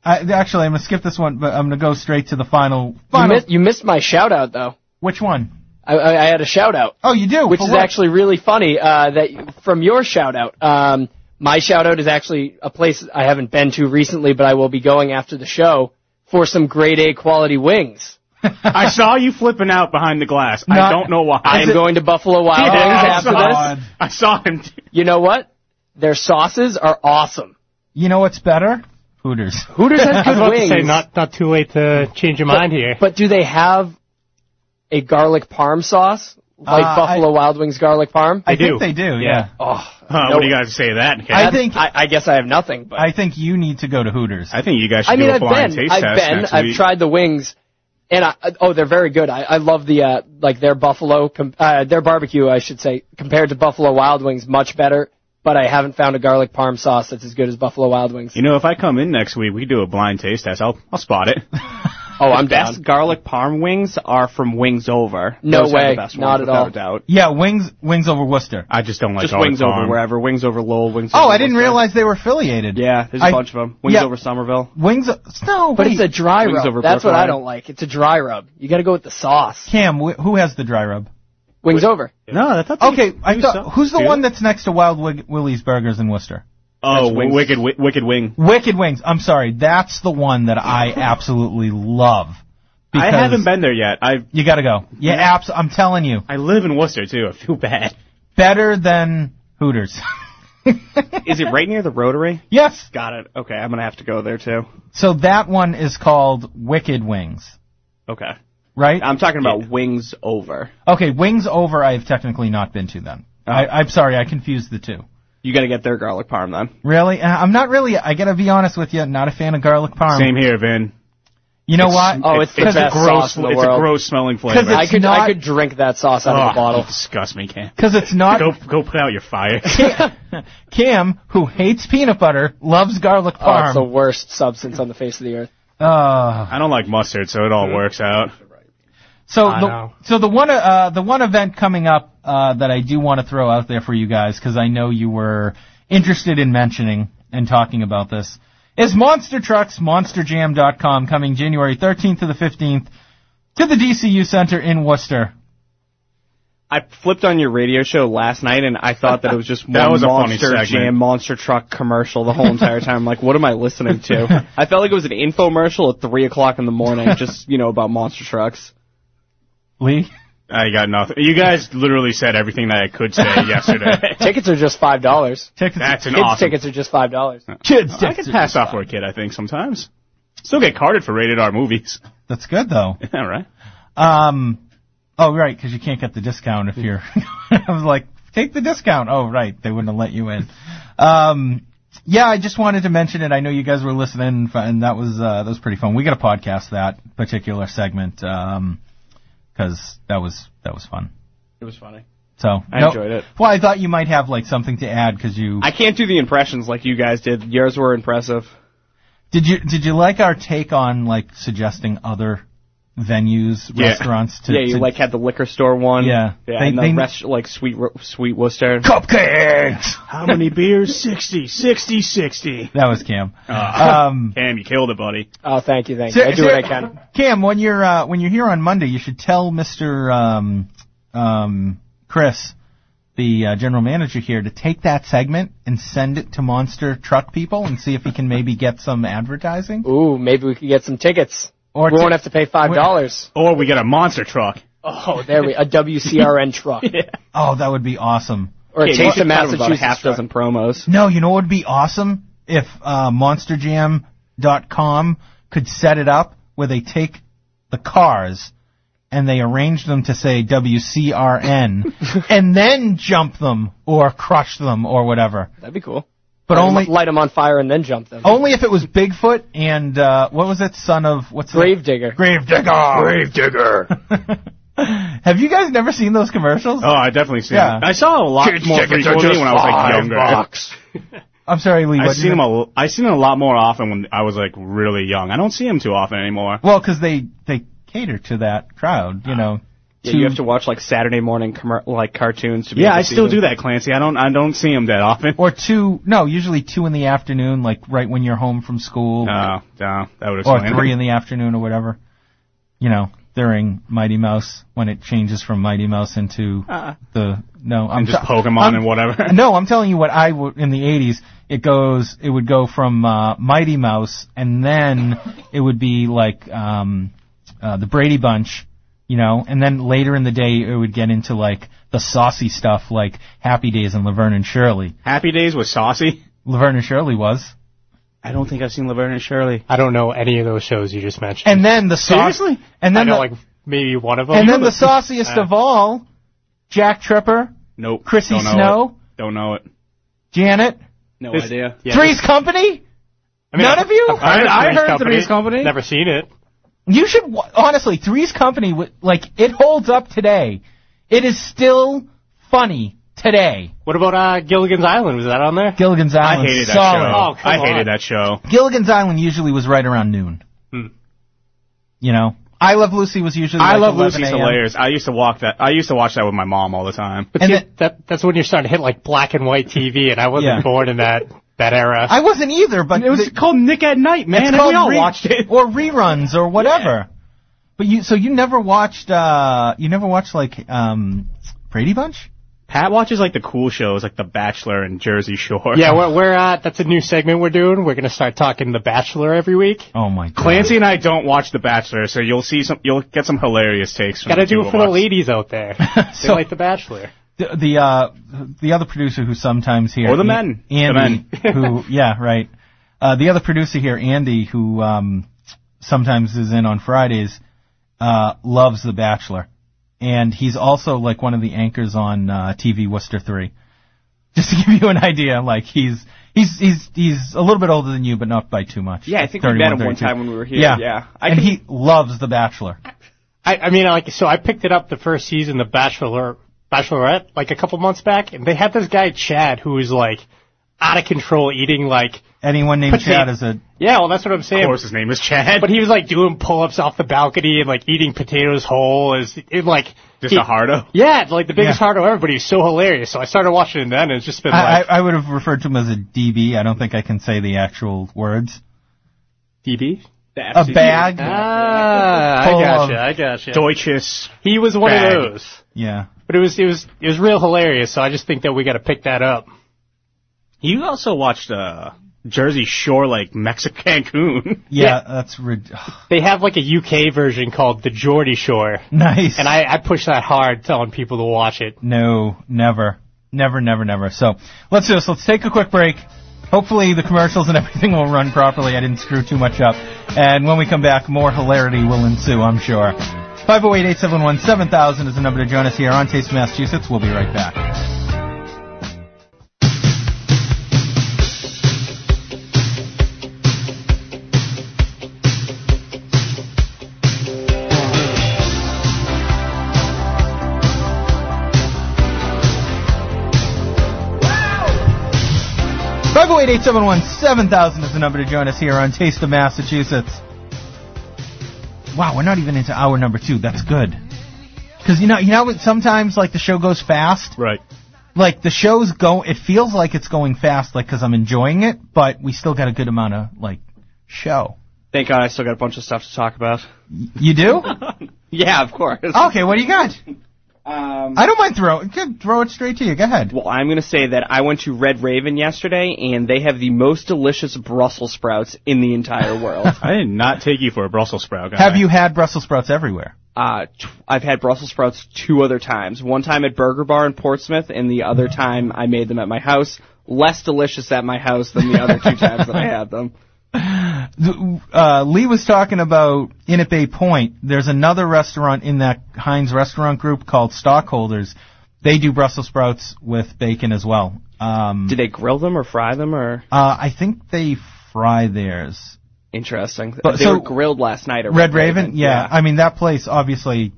B: I, actually, I'm gonna skip this one, but I'm gonna go straight to the final.
F: You,
B: Final.
F: miss, you missed my shout out though.
B: which one?
F: I, I, I had a shout out.
B: Oh, you do.
F: which
B: for
F: is
B: what?
F: actually really funny uh, that from your shout out. Um, my shout out is actually a place I haven't been to recently, but I will be going after the show for some grade A quality wings.
C: now. I saw you flipping out behind the glass.
B: Not-
C: I don't know why.
F: I am going to Buffalo Wild
B: Oh,
C: Yeah, I,
F: Wings after
C: saw,
F: this.
C: I saw him.
F: You know what? Their sauces are awesome.
B: You know what's better? Hooters.
F: Hooters has
H: I was
F: good
H: about
F: wings,
H: to say not not too late to change your mind here.
F: but do they have a garlic parm sauce like
B: Uh,
F: Buffalo Wild Wings garlic parm?
B: I think
H: do.
B: they do. Yeah.
F: oh,
C: Uh,
F: No.
C: What do you guys say to that? Ken?
B: I think
F: I, I guess I have nothing. But
B: I think you need to go to Hooters.
C: I think you guys should
F: I mean,
C: do a
F: I've
C: blind
F: been,
C: taste
F: I've
C: test
F: been,
C: next
F: I've
C: week.
F: tried the wings, and I I- oh, they're very good. I, I love the uh, like their buffalo, com- uh, their barbecue, I should say, compared to Buffalo Wild Wings, much better. but I haven't found a garlic parm sauce that's as good as Buffalo Wild Wings.
C: You know, if I come in next week, we do a blind taste test. I'll I'll spot it.
F: oh, I'm down.
D: Best garlic parm wings are from Wings Over.
F: No
D: Those
F: way.
D: are the best
F: Not
D: ones,
F: at all.
D: Without a doubt.
B: Yeah, wings wings over Worcester.
C: I just don't like
D: Just
C: garlic
D: Wings
C: parm.
D: Over wherever. Wings Over Lowell. Wings.
B: Oh,
D: over
B: I didn't
D: Worcester.
B: realize they were affiliated.
D: Yeah, there's a
B: I-
D: bunch of them. Wings
B: yeah.
D: Over Somerville.
B: Wings. No,
F: But it's a
B: wait.
F: dry
D: Wings
F: rub.
D: over
F: That's what I
D: Brookline.
F: don't like. It's a dry rub. You got to go with the sauce.
B: Cam. Wh- who has the dry rub?
F: Wings over.
C: No, that's not
B: Okay, I thought, who's the
C: Do
B: one
C: that?
B: that's next to Wild Wig- Willie's Burgers in Worcester?
C: Oh,
D: That's Wings.
C: wicked, Wi- wicked wing.
B: Wicked Wings. I'm sorry, that's the one that I absolutely love.
C: I
B: Because
C: haven't been there yet. I
B: You gotta go. Yeah, abs. I'm telling you,
C: I live in Worcester too. I feel bad.
B: better than Hooters.
D: Is it right near the Rotary?
B: yes.
D: Got it. Okay, I'm gonna have to go there too.
B: So that one is called Wicked Wings,
D: Okay.
B: right?
D: I'm talking about Wings Over.
B: okay, Wings Over. I have technically not been to then. I, I'm sorry, I confused the two.
D: You got to get their garlic parm then.
B: Really, Uh, I'm not really. I gotta be honest with you. Not a fan of garlic parm.
C: Same here, Vin.
B: You know why?
F: Oh, it's the
C: It's a
F: best
C: gross.
F: sauce in the
C: it's a
F: world.
C: gross smelling flavor.
B: it's
F: I could
B: not-
F: I could drink that sauce out of
C: Ugh,
F: the bottle.
C: you disgust me, Cam.
B: because it's not
C: Go go put out your fire.
B: Cam, who hates peanut butter, loves garlic
F: Oh, it's the
B: parm.
F: worst substance on the face of the earth.
B: Uh,
C: I don't like mustard, so it all works out.
B: so
H: I
B: the
H: know.
B: so the one uh, the one event coming up uh, that I do want to throw out there for you guys because I know you were interested in mentioning and talking about this is Monster Trucks MonsterJam.com coming January 13th to the 15th to the DCU Center in Worcester.
D: I flipped on your radio show last night and I thought that it was just
C: That
D: one
C: was a funny
D: monster
C: segment.
D: jam, monster truck commercial the whole entire time. I'm like, what am I listening to? I felt like it was an infomercial at three o'clock in the morning, just you know about monster trucks.
B: Lee,
C: I got nothing. You guys literally said everything that I could say yesterday.
F: Tickets are just five dollars.
B: tickets.
C: That's an
F: Kids
C: awesome.
F: tickets are just five dollars.
B: kids.
C: I could pass off for a kid, I think, sometimes. Still get carded for rated R movies.
B: That's good though.
C: All right.
B: Um, oh right, because you can't get the discount if you're. I was like, take the discount. Oh right, they wouldn't have let you in. Um, yeah, I just wanted to mention it. I know you guys were listening, and that was uh, that was pretty fun. We got to podcast that particular segment um 'cause that was that was fun.
D: It was funny.
B: So
D: I enjoyed it.
B: Well, I thought you might have like something to add because you
D: I can't do the impressions like you guys did. Yours were impressive.
B: did you did you like our take on like suggesting other venues,
C: Yeah.
B: restaurants to
D: yeah, you
B: to-
D: like had the liquor store one.
B: Yeah.
D: yeah,
B: They-
D: and
B: they-
D: the rest like sweet Ro- sweet Worcester.
B: cupcakes.
C: How many beers? 60, 60, 60.
B: That was Cam. um,
C: Damn, you killed it, buddy.
F: Oh, thank you, thank you.
B: Sir-
F: I do what I
B: sir-
F: can.
B: Cam, when you're uh, when you're here on Monday, you should tell Mr. Um, um, Chris, the uh, general manager here, to take that segment and send it to Monster Truck people and see if he can maybe get some advertising.
F: Ooh, maybe we could get some tickets.
B: Or
F: we
B: to-
F: won't have to pay five dollars.
C: Or Oh, we get a monster truck.
F: Oh, there we a WCRN truck
B: Oh, that would be awesome.
F: or a
D: Yeah, you
F: Taste
D: should
F: of
D: cut 'em about a
F: Massachusetts
D: half
F: truck.
D: dozen promos.
B: No, you know what would be awesome if uh, MonsterJam.com could set it up where they take the cars and they arrange them to say WCRN and then jump them or crush them or whatever.
F: That'd be cool.
B: But
F: Light 'em
B: only
F: up- light them on fire and then jump
C: Oh,
F: them.
B: only if it was Bigfoot and uh, what was it? Son of what's the-
F: Gravedigger.
B: Gravedigger.
C: Digger.
B: Have you guys never seen those commercials?
C: Oh, I definitely seen
B: Yeah.
C: it. I saw a lot more frequently when I was like younger.
B: I'm sorry, Lee.
C: I
B: what did
C: seen
B: you-
C: him. A, I seen him a lot more often when I was like really young. I don't see him too often anymore.
B: Well, because they they cater to that crowd, you know.
D: Ah. Yeah, you have to watch like Saturday morning commer like cartoons to be.
C: Yeah,
D: able to
C: I
D: see
C: still
D: them.
C: do that, Clancy. I don't. I don't see him that often.
B: or two. No, usually two in the afternoon, like right when you're home from school,
C: No, no, that would
B: or
C: explain.
B: three
C: it.
B: in the afternoon or whatever. You know, during Mighty Mouse when it changes from Mighty Mouse into the no, I'm
C: and just
B: t-
C: Pokemon
B: I'm-
C: and whatever.
B: No, I'm telling you what I would in the 80s. It goes. It would go from uh, Mighty Mouse, and then it would be like um, uh, the Brady Bunch, you know. And then later in the day, it would get into like the saucy stuff, like Happy Days and Laverne and Shirley.
C: Happy Days was saucy.
B: Laverne and Shirley was.
C: I don't think I've seen Laverne and Shirley.
H: I don't know any of those shows you just mentioned.
B: And then the sauce.
C: Seriously?
B: And
H: I
B: then
H: know
B: the,
H: like maybe one of them.
B: and then the sauciest of all, Jack Tripper,
C: Nope.
B: Chrissy
C: Don't know
B: Snow,
C: it. Don't know it.
B: Janet,
D: No
C: This-
D: idea.
H: Yeah,
B: Three's Company.
H: I mean,
B: none
H: I've-
B: of you?
H: I've heard of
C: I- I
H: Three's
C: heard
H: Company,
C: Three's Company.
H: Never seen it.
B: You should wa- honestly, Three's Company, wi- like it holds up today. It is still funny today.
H: What about uh, Gilligan's Island? Was that on there?
B: Gilligan's
C: I
B: Island.
C: hated that
B: solid.
C: show.
H: Oh, come
C: I hated
H: on.
C: that show.
B: Gilligan's Island usually was right around noon.
H: Hmm.
B: You know, I Love Lucy was usually.
C: I
B: like
C: love
B: 11
C: Lucy's
B: a.m.
C: hilarious. I used to walk that. I used to watch that with my mom all the time.
H: But
B: And
H: see,
B: the-
H: that, that's when you're starting to hit like black and white TV, and I wasn't
B: Yeah.
H: born in that that era.
B: I wasn't either, but
C: It was
B: the-
C: called Nick at Night, man.
B: it's
C: and
B: called
C: we all
B: re-
C: watched it.
B: or reruns or whatever. But you, so you never watched, uh, you never watched like um, Brady Bunch.
C: Pat watches like the cool shows, like The Bachelor and Jersey Shore.
H: yeah, we're, we're uh, that's a new segment we're doing. We're gonna start talking The Bachelor every week.
B: Oh my god.
C: Clancy and I don't watch The Bachelor, so you'll see some. You'll get some hilarious takes. From
H: Gotta
C: the two
H: do it
C: of
H: for the
C: us.
H: ladies out there. they
B: So-
H: like The Bachelor.
B: the the, uh, the other producer who sometimes here
C: Or the
B: An-
C: men. The
B: Andy who yeah right uh, the other producer here Andy who um, sometimes is in on Fridays uh, loves The Bachelor and he's also like one of the anchors on uh, TV Worcester Three just to give you an idea like he's he's he's he's a little bit older than you but not by too much
D: Yeah, I
B: Like,
D: think we met
B: 31,
D: him one
B: 32.
D: time when we were here.
B: yeah
D: yeah. I
B: and
D: can-
B: he loves The Bachelor
H: I, I mean, like, so I picked it up the first season, The Bachelor, Bachelorette, like a couple months back, and they had this guy Chad who was like out of control, eating like.
B: anyone named
H: But see-
B: Chad is a
H: Yeah, well, that's what I'm saying.
C: Of course, his name is Chad.
H: But he was like doing pull-ups off the balcony and like eating potatoes whole. Is it like
C: just
H: he-
C: a hardo.
H: Yeah, like the biggest
B: Yeah.
H: heart of everybody. He's so hilarious. So I started watching it then, and it's just been
B: I,
H: like
B: I, I would have referred to him as a DB. I don't think I can say the actual words.
H: DB.
B: A bag.
H: Ah, I
B: Full
H: gotcha,
B: of-
H: I gotcha.
C: Deutsches.
H: He was one
C: Bag.
H: of those,
B: Yeah.
H: but it was it was it was real hilarious. So I just think that we got to pick that up.
C: You also watched uh, Jersey Shore, like Mexico Cancun.
B: Yeah,
H: Yeah.
B: that's rid-
H: They have like a UK version called The Geordie Shore,
B: nice.
H: and I, I push that hard, telling people to watch it.
B: no, never, never, never, never. So let's do this. Let's take a quick break. Hopefully the commercials and everything will run properly. I didn't screw too much up. And when we come back, more hilarity will ensue, I'm sure. 508-871-7000 is the number to join us here on Taste of Massachusetts. We'll be right back. Five zero eight eight seven one seven thousand is the number to join us here on Taste of Massachusetts. Wow, we're not even into hour number two. That's good. Because you know, you know, what, sometimes like the show goes fast.
C: Right.
B: Like the show's go, it feels like it's going fast, like because I'm enjoying it, but we still got a good amount of like show.
D: Thank God I still got a bunch of stuff to talk about.
B: You do?
D: Yeah, of course.
C: Oh.
B: okay, what do you got?
D: Um,
B: I don't mind throw. Good, throw it straight to you. Go ahead.
D: well, I'm going to say that I went to Red Raven yesterday, and they have the most delicious Brussels sprouts in the entire world.
C: I did not take you for a Brussels sprout guy.
B: Have you had Brussels sprouts everywhere?
D: uh, t- I've had Brussels sprouts two other times. One time at Burger Bar in Portsmouth, and the other time I made them at my house. Less delicious at my house than the other two times that I had them.
B: uh, Lee was talking about in at Bay Point. There's another restaurant in that Heinz restaurant group called Stockholders. They do Brussels sprouts with bacon as well. Um,
D: Did they grill them or fry them or?
B: uh, I think they fry theirs.
D: Interesting.
B: But-
D: they
B: so-
D: were grilled last night at
B: Red Raven, yeah. I mean that place obviously,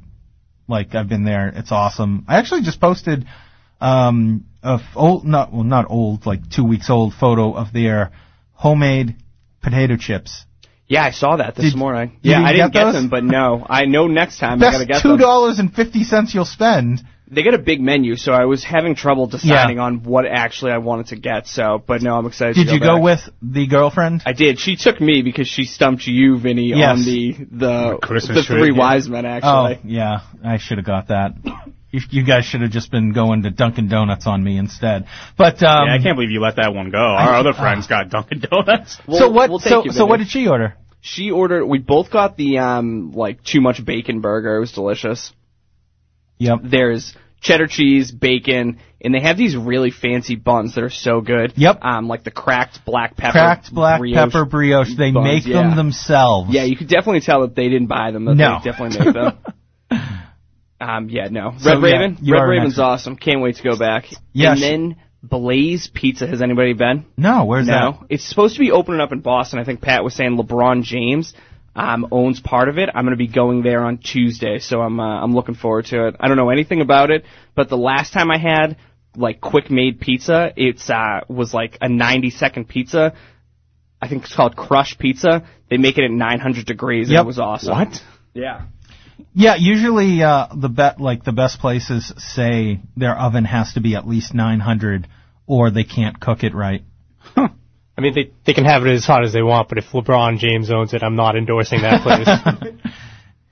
B: like I've been there. It's awesome. I actually just posted um a f- old not well not old like two weeks old photo of their homemade potato chips.
D: Yeah, I saw that this
B: Did-
D: morning.
B: you
D: Yeah,
B: didn't
D: I didn't
B: get
D: get,
B: those?
D: them, but no, I know next time I gotta
B: That's
D: get
B: two
D: them.
B: dollars and fifty cents you'll spend.
D: They got a big menu, so I was having trouble deciding on what actually I wanted to get. So, but no, I'm excited.
B: Did
D: to
B: you go
D: back.
B: with the girlfriend?
D: I did. She took me because she stumped you, Vinny,
B: Yes.
D: on the the
C: Christmas
D: the
C: tree,
D: three
C: yeah.
D: wise men.
B: Oh,
D: Actually,
B: yeah. I should have got that. You, you guys should have just been going to Dunkin' Donuts on me instead. But um,
C: Yeah, I can't believe you let that one go. Our other friends got Dunkin' Donuts.
B: so what?
D: We'll take
B: so
D: you,
B: so what
D: Vinny.
B: did she order?
D: she ordered? We both got the um like too much bacon burger. It was delicious.
B: Yep.
D: There's cheddar cheese, bacon, and they have these really fancy buns that are so good.
B: Yep.
D: Um, like the cracked black pepper,
B: Cracked black
D: brioche.
B: pepper brioche. They
D: buns,
B: make
D: yeah.
B: them themselves.
D: Yeah, you could definitely tell that they didn't buy them. That
B: No.
D: they definitely made them. um, yeah, no.
B: So,
D: Red
B: yeah,
D: Raven.
B: you are
D: Red
B: an
D: Raven's
B: expert.
D: awesome. Can't wait to go back.
B: Yeah,
D: And
B: she-
D: then Blaze Pizza. Has anybody been?
B: No, where's
D: No, it's supposed to be opening up in Boston. I think Pat was saying LeBron James um, owns part of it. I'm going to be going there on Tuesday, so I'm uh, I'm looking forward to it. I don't know anything about it, but the last time I had like quick made pizza. It's uh was like a 90 second pizza. I think it's called Crush Pizza. They make it at 900 degrees. and
B: Yep.
D: It was awesome.
C: What?
D: Yeah.
B: Yeah, usually uh, the bet like the best places say their oven has to be at least 900, or they can't cook it right.
H: I mean, they they can have it as hot as they want, but if LeBron James owns it, I'm not endorsing that place.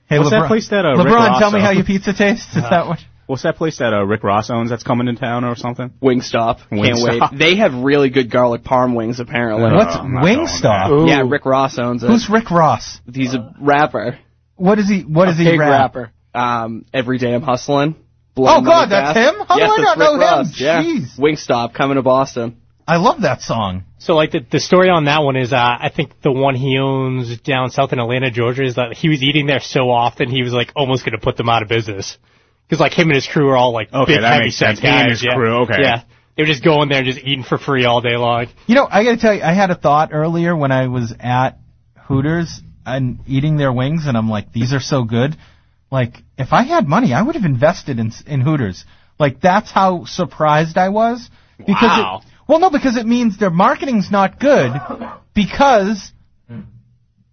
B: Hey,
C: What's that
B: LeBron-
C: place that, uh, Rick
B: LeBron, tell me
C: Ross
B: how
C: owns?
B: your pizza tastes. Is
C: Uh,
B: that what?
C: What's that place that uh, Rick Ross owns that's coming in town or something?
D: Wingstop.
C: Wingstop.
D: Can't wait. They have really good garlic parm wings apparently.
B: What's
C: uh, I'm not going
B: Wingstop?
C: there.
H: Ooh.
D: Yeah, Rick Ross owns it.
B: Who's Rick Ross?
D: He's a rapper.
B: What is he? What is he?
D: Big
B: rap?
D: rapper. Um, every day I'm hustling. Blow
B: Oh,
D: money
B: God, that's
D: fast.
B: him? How do
D: yes,
B: I
D: that's
B: not know
D: Rick
B: him?
D: Ross, Yeah.
B: Jeez.
D: Wingstop coming to Boston.
B: I love that song.
H: so like the the story on that one is, uh, I think the one he owns down south in Atlanta, Georgia, is that he was eating there so often he was like almost going to put them out of business. Because like him and his crew are all like
C: Okay,
H: big
C: that
H: heavy
C: makes
H: set
C: sense. He
H: guys.
C: and his
H: yeah.
C: crew, okay.
H: Yeah. They were just going there and just eating for free all day long.
B: You know, I got to tell you, I had a thought earlier when I was at Hooters and eating their wings, and I'm like, these are so good. Like, if I had money, I would have invested in in Hooters. Like, that's how surprised I was. Because it-
C: Wow.
B: well, no, because it means their marketing's not good because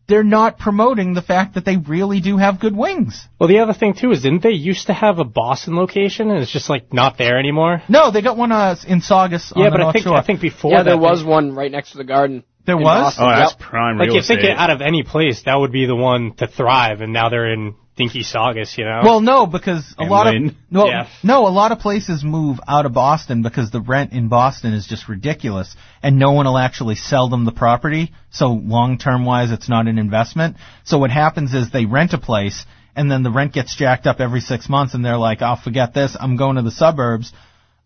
B: they're not promoting the fact that they really do have good wings.
H: Well, the other thing too is didn't they used to have a Boston location and it's just like not there anymore?
B: No, they got one uh, in Saugus on
H: yeah,
B: the
H: but I
B: North
H: think
B: Shore.
H: I think before
F: Yeah,
H: that,
F: there
H: they-
F: was one right next to the garden.
B: there
F: in
B: was.
F: Boston.
C: Oh, that's
F: Yep.
C: prime
H: Like
C: real
H: you think
C: estate.
H: it, out of any place, that would be the one to thrive, and now they're in Dinky Saugus, you know.
B: Well, no, because a
C: And
B: lot of
C: Lynn.
B: no,
H: Yeah.
B: no, a lot of places move out of Boston because the rent in Boston is just ridiculous, and no one will actually sell them the property. So long term wise, it's not an investment. So what happens is they rent a place, and then the rent gets jacked up every six months, and they're like, "I'll forget this. I'm going to the suburbs,"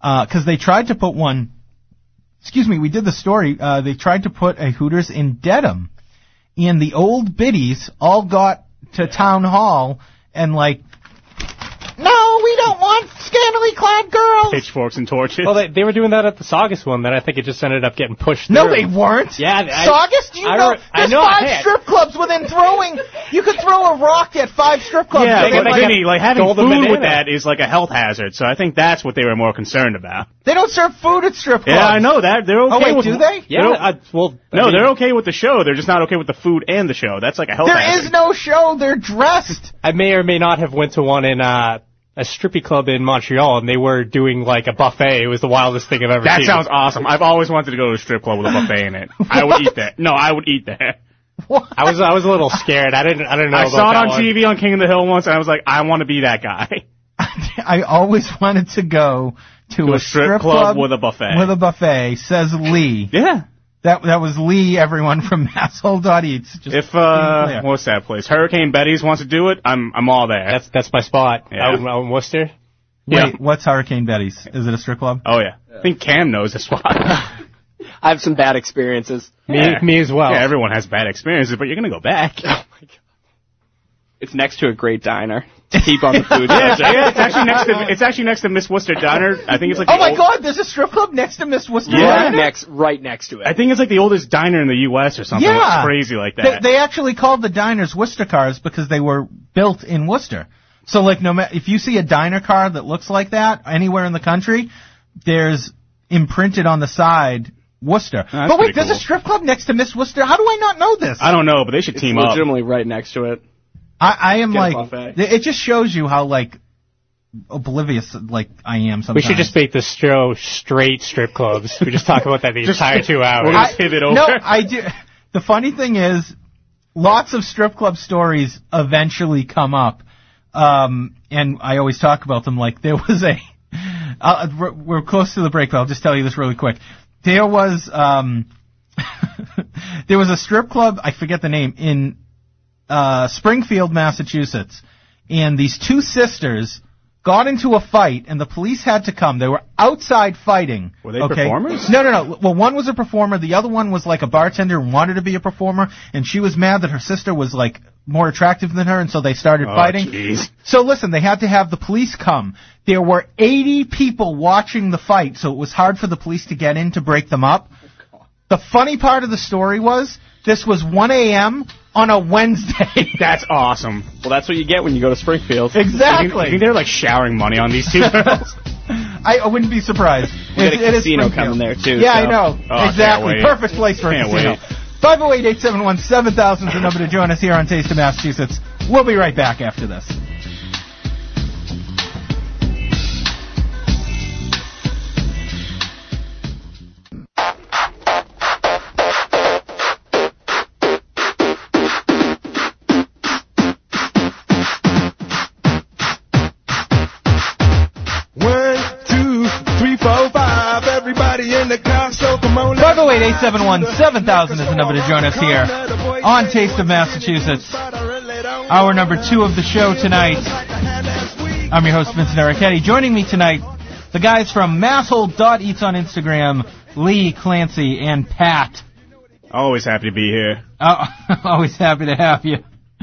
B: because they tried to put one. Excuse me, we did the story. Uh, they tried to put a Hooters in Dedham and the old biddies all got to town hall and like, no, we don't want scantily clad girls.
C: pitchforks and torches.
H: Well, they, they were doing that at the Saugus one, that I think it just ended up getting pushed.
B: no,
H: through.
B: they weren't.
H: Yeah, I-
B: Saugus, do you
H: I
B: know?
H: re-
B: There's
H: I know I
B: five
H: had.
B: strip clubs within throwing. You could throw a rock at five strip clubs.
H: Yeah,
B: within,
H: they-
B: like,
C: but
H: they-
C: Vinny, like having
H: Golden
C: food
H: banana.
C: with that is like a health hazard. So I think that's what they were more concerned about.
B: they don't serve food at strip clubs.
C: Yeah, I know that they're okay.
B: Oh, wait,
C: with,
B: do they?
H: Yeah,
C: don't-
H: I, well, I
C: No,
H: mean,
C: they're okay with the show. They're just not okay with the food and the show. That's like a health
B: There
C: hazard.
B: is no show. They're dressed.
H: I may or may not have went to one in uh, a strippy club in Montreal, and they were doing like a buffet. It was the wildest thing I've ever
C: That
H: seen.
C: sounds awesome. I've always wanted to go to a strip club with a buffet in it. I would eat that. No, I would eat that.
H: I was I was a little scared. I didn't I didn't know.
C: I
H: about
C: saw it
H: that
C: on
H: one.
C: TV on King of the Hill once, and I was like, I want to be that guy.
B: I always wanted to go to,
C: a strip club with a buffet.
B: With a buffet, says Lee.
C: Yeah.
B: That that was Lee, everyone from Masshole.eats. Just
C: If
B: being
C: uh,
B: clear.
C: what's that place? Hurricane Betty's wants to do it. I'm I'm all there.
H: That's that's my spot.
C: Yeah.
H: Out, in- out in Worcester.
C: yeah.
B: Wait, what's Hurricane Betty's? Is it a strip club?
C: Oh yeah. I think Cam knows this one.
F: I have some bad experiences.
H: Me me as well.
C: Yeah, everyone has bad experiences, but you're gonna go back.
D: It's next to a great diner. To keep on the food.
C: yeah,
D: budget.
C: yeah, it's actually next to it's actually next to Miss Worcester Diner. I think it's like
B: Oh
C: the
B: my
C: old-
B: God! There's a strip club next to Miss Worcester.
C: Yeah.
B: Diner?
F: Right next, right next to it.
C: I think it's like the oldest diner in the U.S. or something.
B: Yeah.
C: It's crazy like
B: They,
C: that.
B: they actually called the diners Worcester cars because they were built in Worcester. So like, no matter if you see a diner car that looks like that anywhere in the country, there's imprinted on the side Worcester.
C: Oh, that's
B: but wait,
C: pretty
B: there's a
C: cool.
B: strip club next to Miss Worcester. How do I not know this?
C: I don't know, but they should team up.
D: Legitimately right next to it.
B: I, I am
D: Get a
B: like,
D: buffet.
B: th- it just shows you how like oblivious like I am sometimes.
H: We should just make this show straight strip clubs. We just talk about that the entire two hours.
C: I- pivot over.
B: No, I do. The funny thing is, lots of strip club stories eventually come up, um, and I always talk about them. Like there was a, uh, we're- we're close to the break, but I'll just tell you this really quick. There was um, there was a strip club. I forget the name in uh, Springfield, Massachusetts, and these two sisters got into a fight, and the police had to come. They were outside fighting.
C: Were they performers?
B: No, no, no. Well, one was a performer, the other one was like a bartender and wanted to be a performer, and she was mad that her sister was like more attractive than her, and so they started
C: Oh,
B: fighting.
C: jeez.
B: So listen, they had to have the police come. There were 80 people watching the fight, so it was hard for the police to get in to break them up. The funny part of the story was this was 1 a.m. on a Wednesday.
C: That's awesome.
D: Well, that's what you get when you go to Springfield.
C: You think- you
B: exactly.
C: think they're like showering money on these two girls?
B: I, I wouldn't be surprised.
D: We got
B: It-
D: a
B: it is
D: casino
B: Springfield.
D: coming there too.
B: Yeah,
D: so.
B: I know.
C: Oh, I can't
B: exactly.
C: wait.
B: Perfect place for a
C: Can't
B: casino.
C: wait.
B: 508 871 7000 is the number to join us here on Taste of Massachusetts. We'll be right back after this.
J: One, two, three, four, five. Everybody in the car, so come on.
B: 508-871-7000 is the number to join us here on Taste of Massachusetts. Hour number two of the show tonight. I'm your host, Vincent Arricchetti. Joining me tonight, the guys from Masshole.eats on Instagram, Lee, Clancy, and Pat.
C: Always happy to be here.
B: Uh, always happy to have you.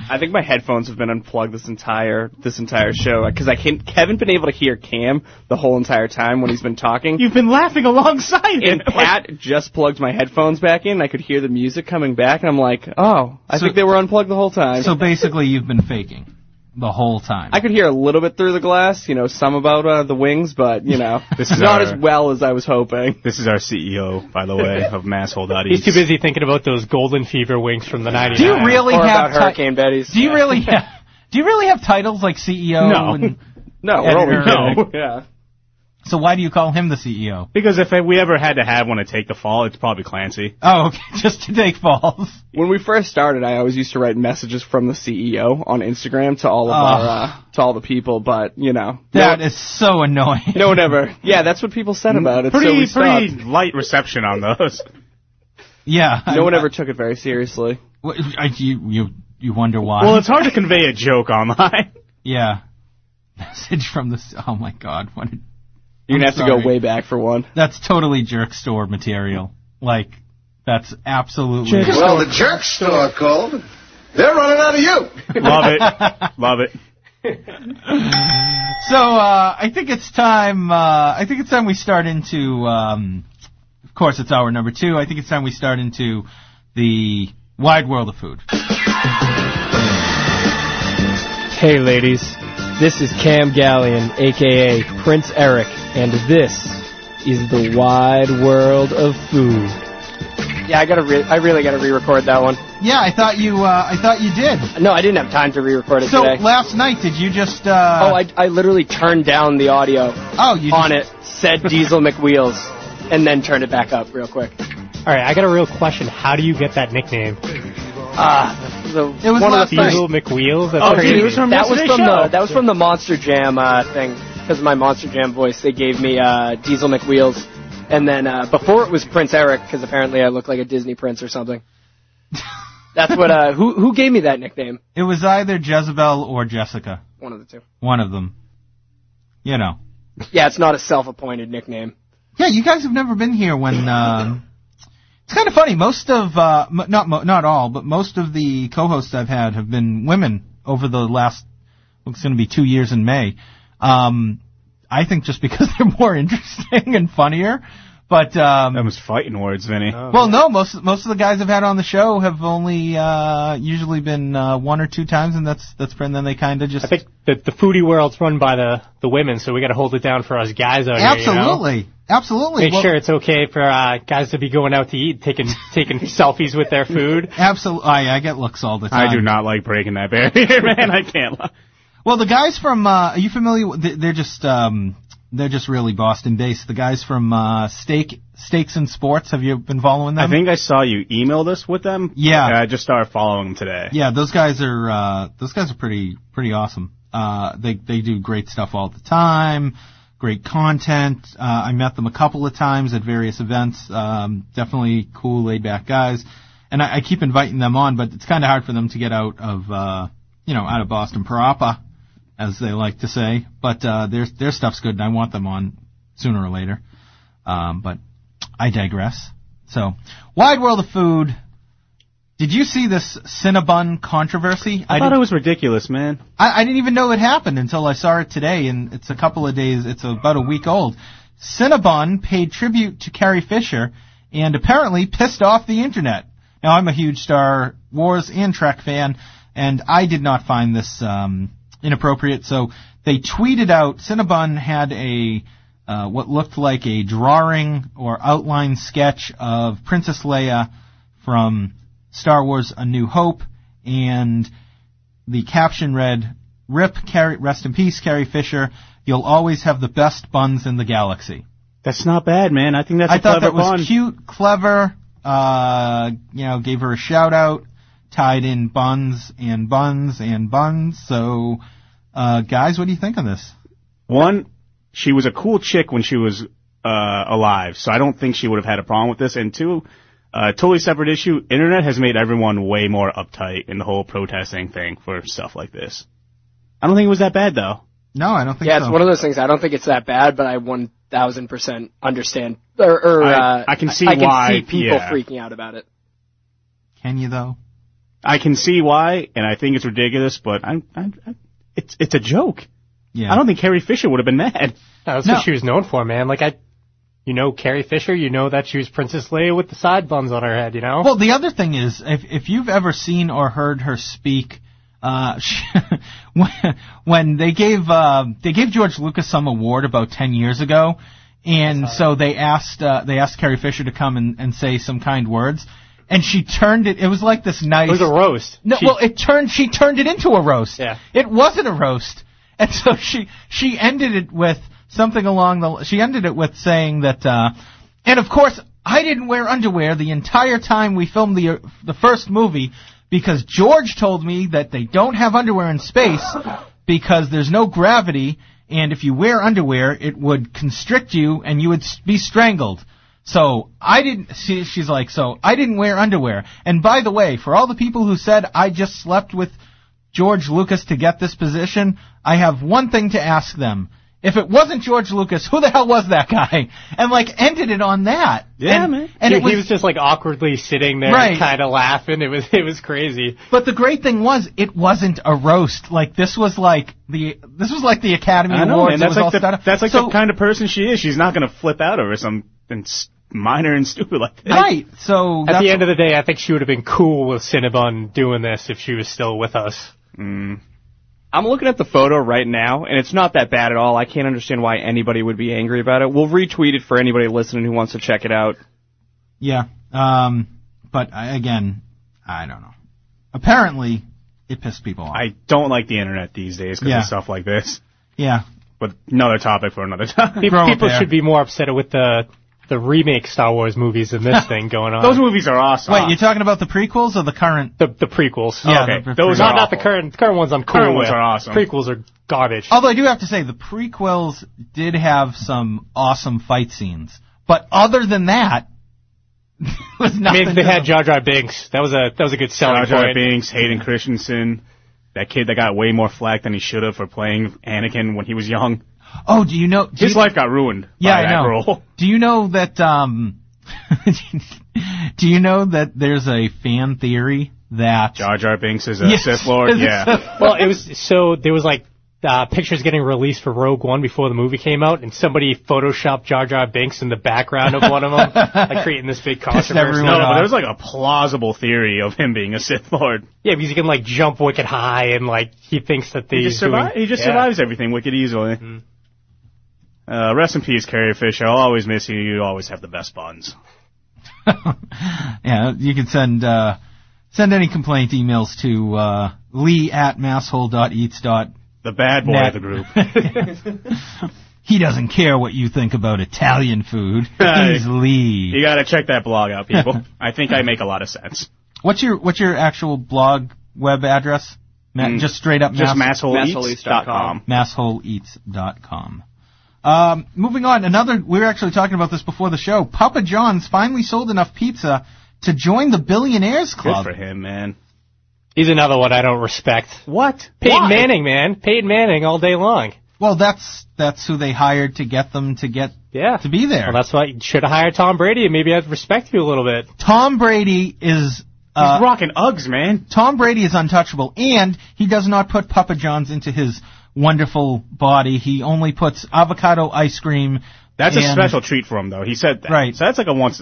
D: I think my headphones have been unplugged this entire this entire show because I can't, haven't been able to hear Cam the whole entire time when he's been talking.
C: You've been laughing alongside him.
D: and Pat just plugged my headphones back in. I could hear the music coming back, and I'm like, oh, I
B: So-
D: think they were unplugged the whole time.
B: So basically, you've been faking the whole time.
D: I could hear a little bit through the glass, you know, some about uh, the wings, but you know,
C: This is
D: not
C: our-
D: as well as I was hoping.
C: This is our CEO, by the way, of E Masshole.eats.
H: He's too busy thinking about those golden fever wings from the 90s.
B: do you really
D: or
B: have
D: about
B: ti-
D: Hurricane Betty's.
B: Do you really have Do you really have titles like CEO?
C: No.
B: and-
D: No, we're only
B: Editor.
C: No.
D: kidding. Yeah.
B: so why do you call him the E CEO?
C: Because if we ever had to have one to take the fall, it's probably Clancy.
B: Oh, okay, just to take falls.
D: When we first started, I always used to write messages from the CEO on Instagram to all of
B: Oh.
D: our uh, to all the people, but you know,
B: That
D: no,
B: is so annoying.
D: no one ever. Yeah, that's what people said about it. so
C: Pretty,
D: we
C: pretty
D: stopped.
C: light reception on those.
B: Yeah.
D: No one ever took it very seriously.
B: What- I, you, you, you wonder why.
C: Well, it's hard to convey a joke online.
B: yeah. Message from the. s- Oh my God. What a,
D: You're gonna have to
B: sorry.
D: go way back for one.
B: that's totally jerk store material. Like, that's absolutely.
J: Well, the jerk store called. They're running out of you.
C: Love it. Love it.
B: So uh, I think it's time. Uh, I think it's time we start into. Um, of course, it's hour number two. I think it's time we start into the wide world of food.
F: Hey, ladies. This is Cam Gallion, aka Prince Eric, and this is the wide world of food. Yeah, I gotta. Re- I really gotta re-record that one.
B: Yeah, I thought you. Uh, I thought you did.
F: No, I didn't have time to re-record it
B: So
F: today.
B: last night, did you just? Uh,
F: oh, I, I literally turned down the audio
B: Oh, you
F: on
B: just-
F: it. Said Diesel McWheels, and then turned it back up real quick.
H: All right, I got a real question. How do you get that nickname?
F: Ah, the,
B: It was
F: one of
B: last
F: the
B: night.
F: first-
H: Diesel McWheels? That's
C: Oh,
H: crazy.
C: dude, it was from
F: that was
C: yesterday's
F: from
C: show.
F: the that was from the Monster Jam uh, thing because of my Monster Jam voice. They gave me uh, Diesel McWheels, and then uh, before it was Prince Eric because apparently I look like a Disney prince or something. That's what uh, who who gave me that nickname?
B: It was either Jezebel or Jessica.
F: One of the two.
B: One of them. You know.
F: Yeah, it's not a self-appointed nickname.
B: Yeah, you guys have never been here when. Um, it's kind of funny. Most of, uh, m- not mo- not all, but most of the co-hosts I've had have been women over the last. Well, it's going to be two years in May. Um, I think just because they're more interesting and funnier. But
C: That
B: um,
C: was fighting words, Vinny.
B: well, no, most most of the guys I've had on the show have only uh, usually been uh, one or two times, and that's that's and then they kind of just
H: I think that the foodie world's run by the, the women, so we got to hold it down for us guys out here. you know?
B: absolutely, absolutely.
H: Make
B: Well,
H: sure it's okay for uh, guys to be going out to eat, taking taking selfies with their food.
B: Absolutely, I, I get looks all the time.
C: I do not like breaking that barrier, man. I can't. lie.
B: Well, the guys from uh, are you familiar? With, they- they're just um, they're just really Boston based. The guys from uh, Steak Steaks and Sports. Have you been following them?
C: I think I saw you emailed us with them.
B: Yeah.
C: And I just started following them today.
B: Yeah, those guys are uh, those guys are pretty pretty awesome. Uh, they they do great stuff all the time, great content. Uh, I met them a couple of times at various events. Um, definitely cool, laid back guys, and I, I keep inviting them on, but it's kind of hard for them to get out of uh, you know out of Boston proper, as they like to say. But uh, their their stuff's good, and I want them on sooner or later. Um, but I digress. So, wide world of food. Did you see this Cinnabon controversy?
C: I thought
B: didn't,
C: it was ridiculous, man.
B: I, I didn't even know it happened until I saw it today, and it's a couple of days. It's about a week old. Cinnabon paid tribute to Carrie Fisher, and apparently pissed off the internet. Now I'm a huge Star Wars and Trek fan, and I did not find this um, inappropriate. So they tweeted out. Cinnabon had a uh, what looked like a drawing or outline sketch of Princess Leia from Star Wars: A New Hope, and the caption read, "Rip, Carrie, rest in peace, Carrie Fisher. You'll always have the best buns in the galaxy."
C: That's not bad, man. I think that's a
B: I thought
C: clever
B: that was
C: bond.
B: cute, clever. Uh, you know, gave her a shout out, tied in buns and buns and buns. So, uh, guys, what do you think of this?
C: One, she was a cool chick when she was uh, alive, so I don't think she would have had a problem with this. And two, uh, totally separate issue. Internet has made everyone way more uptight in the whole protesting thing for stuff like this. I don't think it was that bad though.
B: No, I don't think
F: Yeah,
B: so.
F: it's one of those things. I don't think it's that bad, but I one thousand percent understand or, or
C: I-
F: uh,
C: I can see
F: I, can
C: why,
F: see people
C: yeah.
F: freaking out about it.
B: Can you though?
C: I can see why, and I think it's ridiculous, but I'm, I'm, i it's it's a joke.
B: Yeah.
C: I don't think Carrie Fisher would have been mad.
H: That's
B: No.
H: what she was known for, man. Like I, you know, Carrie Fisher. You know that she was Princess Leia with the side buns on her head. You know.
B: Well, the other thing is, if if you've ever seen or heard her speak, uh, she, when, when they gave uh, they gave George Lucas some award about ten years ago, and so they asked uh, they asked Carrie Fisher to come and, and say some kind words, and she turned it. It was like this nice.
H: it was a roast.
B: No,
H: She-
B: well, it turned. She turned it into a roast.
H: Yeah.
B: It wasn't a roast, and so she she ended it with something along the. She ended it with saying that, uh, and of course, I didn't wear underwear the entire time we filmed the uh, the first movie because George told me that they don't have underwear in space because there's no gravity, and if you wear underwear, it would constrict you and you would s- be strangled. So I didn't. She, she's like, so I didn't wear underwear. And by the way, for all the people who said I just slept with George Lucas to get this position, I have one thing to ask them. If it wasn't George Lucas, who the hell was that guy? And like ended it on that.
C: Yeah,
B: and,
C: man.
B: And
H: he,
B: it was,
H: he was just like awkwardly sitting there,
B: Right.
H: kind of laughing. It was it was crazy.
B: but the great thing was, it wasn't a roast. Like this was like the this was like the Academy
C: I know,
B: Awards.
C: man.
B: It
C: That's
B: was
C: like
B: all
C: the
B: set up.
C: that's like
B: so,
C: the kind of person she is. She's not gonna flip out over something s- minor and stupid like that.
B: right. So
H: At
B: that's
H: the end of the day, I think she would have been cool with Cinnabon doing this if she was still with us.
D: I'm looking at the photo right now, and it's not that bad at all. I can't understand why anybody would be angry about it. We'll retweet it for anybody listening who wants to check it out.
B: Yeah. Um, but I, again, I don't know. Apparently, it pissed people off.
C: I don't like the internet these days because
B: Yeah.
C: of stuff like this.
B: yeah.
C: But another topic for another time.
H: People,
B: up
H: people
B: there.
H: should be more upset with the the remake Star Wars movies than this thing going on.
C: Those movies are awesome.
B: Wait, you're talking about the prequels or the current?
H: the the prequels.
B: Yeah,
C: okay.
B: the- the
C: Those
B: prequels.
C: are
H: not not the
C: awful.
H: current the current ones. I'm cool
C: Current
H: with.
C: ones are awesome.
H: Prequels are garbage.
B: Although I do have to say the prequels did have some awesome fight scenes, but other than that, it was
H: I
B: nothing.
H: mean, they
B: to
H: had
B: them.
H: Jar Jar Binks. That was a that was a good
C: Jar
H: selling
C: Jar
H: point.
C: Binks, Hayden Christensen, that kid that got way more flack than he should have for playing Anakin when he was young.
B: oh, do you know? do
C: His
B: you-
C: life got ruined
B: Yeah,
C: by
B: I
C: that
B: know.
C: role.
B: Do you know that? Um, do you know that there's a fan theory that
C: Jar Jar Binks is a
B: Yes.
C: Sith Lord. Yeah.
H: Well, it was so there was like uh, pictures getting released for Rogue One before the movie came out, and somebody photoshopped Jar Jar Binks in the background of one of them, like creating this big controversy.
B: everyone
C: No, but
B: off.
C: there was like a plausible theory of him being a Sith Lord.
H: Yeah, because he can like jump wicked high, and like he thinks that the
C: He just, survi- he just survives everything wicked easily. Uh, rest in peace, Carrie Fisher. I'll always miss you. You always have the best buns.
B: yeah, you can send uh, send any complaint emails to uh, Lee at masshole.eats.
C: The bad boy
B: Nat-
C: of the group.
B: He doesn't care what you think about Italian food.
C: Right.
B: He's Lee.
C: you gotta check that blog out, people. I think I make a lot of sense.
B: What's your what's your actual blog web address? Ma-
C: Mm.
B: Just straight up
C: Just
B: mass-
C: massholeeats.com.
B: massholeeats.com. Um, moving on, another we were actually talking about this before the show. Papa John's finally sold enough pizza to join the billionaires
C: Good
B: club.
C: for him, man.
H: He's another one I don't respect.
C: What?
H: Peyton Manning, man, Peyton Manning all day long.
B: Well, that's that's who they hired to get them to get
H: Yeah,
B: to be there.
H: Well, that's why you should have hired Tom Brady, and maybe I'd respect you a little bit.
B: Tom Brady is
C: He's
B: uh,
C: rocking Uggs, man.
B: Tom Brady is untouchable, and he does not put Papa John's into his wonderful body. He only puts avocado ice cream.
C: That's a
B: and-
C: special treat for him, though. He said that.
B: Right.
C: So that's like a once.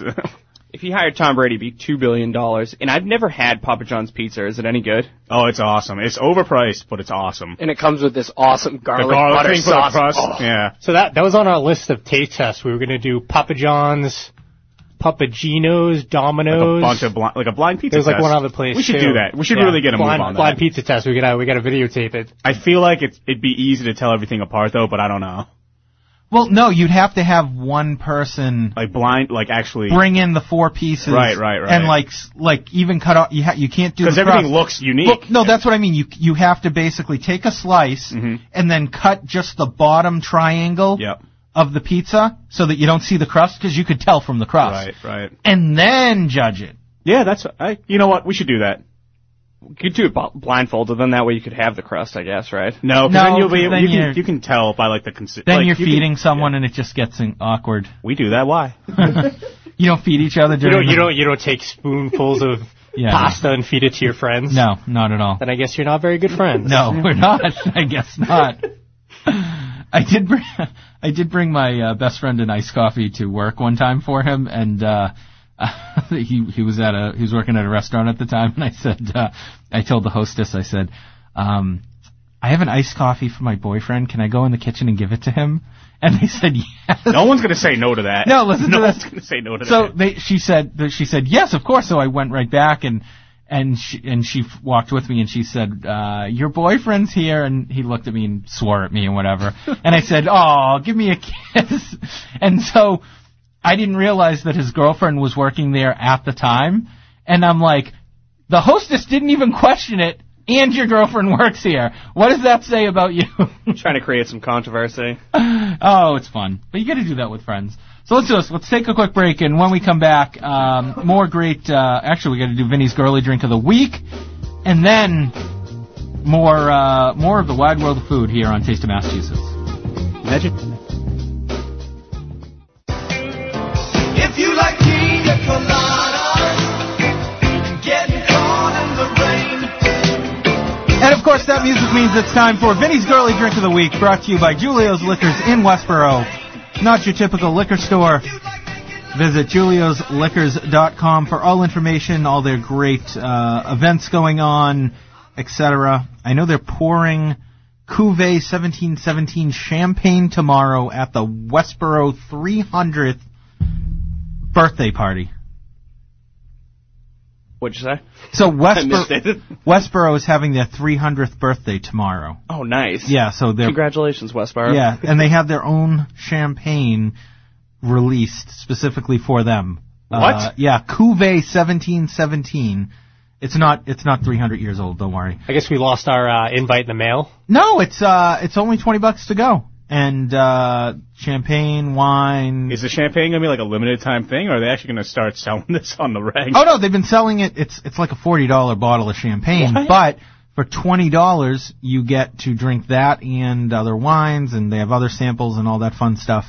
D: if he hired Tom Brady, it'd be two billion dollars. And I've never had Papa John's pizza. Is it any good?
C: Oh, it's awesome. It's overpriced, but it's awesome.
F: And it comes with this awesome
C: The
F: garlic,
C: garlic
F: butter
C: thing for the
F: sauce.
C: crust.
F: Oh.
C: Yeah.
H: So that that was on our list of taste tests. We were gonna do Papa John's, Papaginos,
C: Like a
H: Domino's.
C: bunch of blind, like a blind pizza.
H: There's like
C: test.
H: one other place.
C: We should
H: too.
C: do that. We should
H: Yeah.
C: really get a
H: blind,
C: move on
H: blind
C: that.
H: pizza test. We gotta we gotta videotape it.
C: I feel like it's, it'd be easy to tell everything apart though, but I don't know.
B: Well, no, you'd have to have one person
C: Like blind, like actually,
B: bring in the four pieces.
C: Right, right, right.
B: And like, s- like even cut off. You ha- you can't do
C: because
B: the
C: everything
B: crust.
C: looks unique.
B: Well, no, that's what I mean. You you have to basically take a slice and then cut just the bottom triangle
C: Mm-hmm. Yep.
B: of the pizza so that you don't see the crust because you could tell from the crust.
C: Right, right.
B: And then judge it.
C: Yeah, that's. I. You know what? We should do that.
D: You could do it bl- blindfolded, then that way you could have the crust, I guess, right?
C: No, 'cause
B: No,
C: then you'll be.
B: 'cause then
C: you
B: you're-
C: can you can tell by like the consi-
B: Then
C: like,
B: you're
C: you can-
B: feeding someone and it just gets in- awkward.
C: we do that. Why?
B: You don't feed each other
H: You
B: during.
H: don't you
B: the-
H: don't you don't take spoonfuls of
B: Yeah.
H: pasta and feed it to your friends.
B: No, not at all.
H: Then I guess you're not very good friends.
B: No, we're not. I guess not. I did bring I did bring my uh, best friend an iced coffee to work one time for him, and uh, he he was at a he was working at a restaurant at the time, and I said uh, I told the hostess I said um, I have an iced coffee for my boyfriend. Can I go in the kitchen and give it to him? And they said yes.
C: No one's gonna say no to that.
B: No, listen
C: no
B: to
C: one's
B: this.
C: gonna say no to
B: So
C: that.
B: they, she said, she said yes, of course. So I went right back and and she and she f- walked with me and she said, uh, "Your boyfriend's here," and he looked at me and swore at me and whatever. and I said, "Oh, give me a kiss." and so I didn't realize that his girlfriend was working there at the time, and I'm like, the hostess didn't even question it. And your girlfriend works here. What does that say about you?
D: Trying to create some controversy.
B: Oh, it's fun. But you got to do that with friends. So let's do this. Let's take a quick break, and when we come back, um, more great. Uh, actually, we got to do Vinny's girly drink of the week, and then more uh, more of the wide world of food here on Taste of Massachusetts.
C: Imagine.
J: If you like pina coladas, getting caught in the rain.
B: And of course, that music means it's time for Vinny's girly drink of the week, brought to you by Julio's Liquors in Westboro. Not your typical liquor store. Visit juliosliquors.com for all information, all their great uh, events going on, etc. I know they're pouring Cuvée 1717 champagne tomorrow at the Westboro 300th birthday party.
D: What'd you say?
B: So Westboro,
D: missed
B: Westboro is having their 300th birthday tomorrow.
D: Oh, nice.
B: Yeah, so they're
D: Congratulations, Westboro.
B: yeah, and they have their own champagne released specifically for them. What? yeah, Cuvée 1717. It's not it's not 300 years old. Don't worry.
H: I guess we lost our uh, invite in the mail.
B: No, it's uh it's only 20 bucks to go. And uh champagne, wine.
C: Is the champagne gonna be like a limited time thing, or are they actually gonna start selling this on the reg?
B: oh no, they've been selling it. It's it's like a $40 bottle of champagne, but for $20 you get to drink that and other wines and they have other samples and all that fun stuff.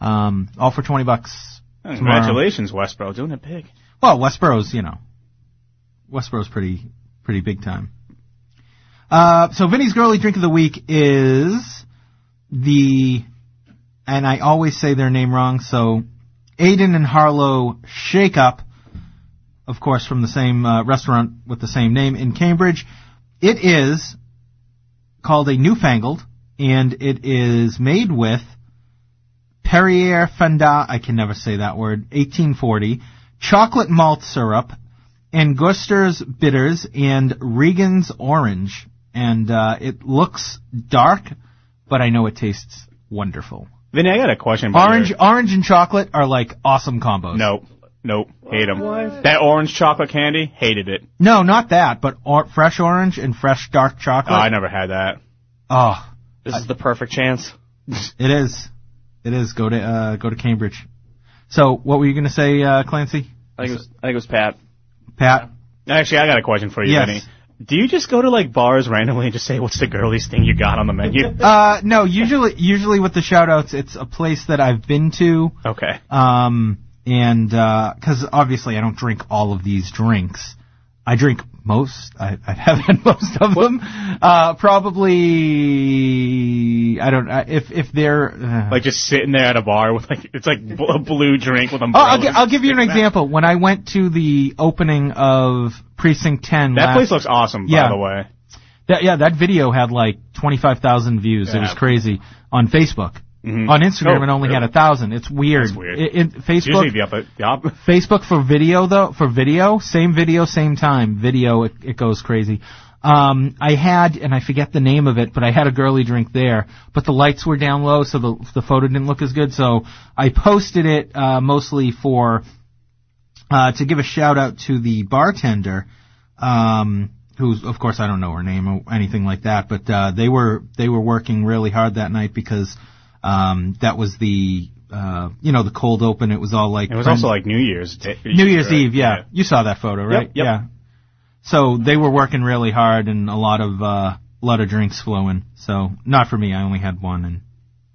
B: Um all for 20 bucks.
C: Congratulations, Westboro, doing it big.
B: Well, Westboro's, you know, Westboro's pretty, pretty big time. Uh, so Vinny's girly drink of the week is the, and I always say their name wrong, so Aiden and Harlow Shake Up, of course, from the same uh, restaurant with the same name in Cambridge. It is called a newfangled, and it is made with Perrier Fenda, I can never say that word, 1840, chocolate malt syrup, and Guster's bitters, and Regan's orange. And uh, it looks dark, but I know it tastes wonderful.
C: Vinny, I got a question. about
B: Orange,
C: your-
B: orange and chocolate are like awesome combos.
C: Nope. Nope. Hate them. That orange chocolate candy, hated it.
B: no, not that, but or- fresh orange and fresh dark
C: Oh, I
B: chocolate.
C: never had that.
B: Oh,
D: This is the perfect chance.
B: it is, it is. Go to uh, go to Cambridge. So, what were you gonna say, uh, Clancy?
D: I think it was, I think it was Pat.
B: Pat?
C: Actually, I got a question for you,
B: Yes.
C: Vinny. Do you just go to like bars randomly and just say what's the girliest thing you got on the menu?
B: Uh, no, usually, usually with the shout outs, it's a place that I've been to,
C: okay.
B: um, and, uh 'cause cause obviously I don't drink all of these drinks. I drink most, I, I have had most of them. Uh, probably, I don't I, if if they're uh,
C: Like just sitting there at a bar with like it's like bl- a blue drink with
B: Oh,
C: umbrellas.
B: I'll, gi- I'll give you an example. When I went to the opening of Precinct 10
C: That
B: last,
C: place looks awesome, by
B: Yeah.
C: the way.
B: that, Uh, yeah, that video had like 25,000 views. It was
C: Yeah.
B: crazy on Facebook.
C: Mhm.
B: On Instagram,
C: Oh,
B: it only had
C: really?
B: a thousand. It's weird.
C: That's weird.
B: It- it-
C: Usually
B: Facebook,
C: the up, the up.
B: Facebook for video though, for video, same video, same time. Video, it, it goes crazy. Um, I had, and I forget the name of it, but I had a girly drink there, but the lights were down low, so the, the photo didn't look as good, so I posted it, uh, mostly for, uh, to give a shout out to the bartender, um, who's of course I don't know her name or anything like that, but uh, they were they were working really hard that night because um, that was the uh, you know the cold open. It was all like
C: It was
B: friend-
C: also like New Year's Day.
B: New Year's
C: right?
B: Eve. Yeah. you saw that photo, right?
C: Yep, yep.
B: Yeah. So they were working really hard and a lot of uh, a lot of drinks flowing. So not for me. I only had one and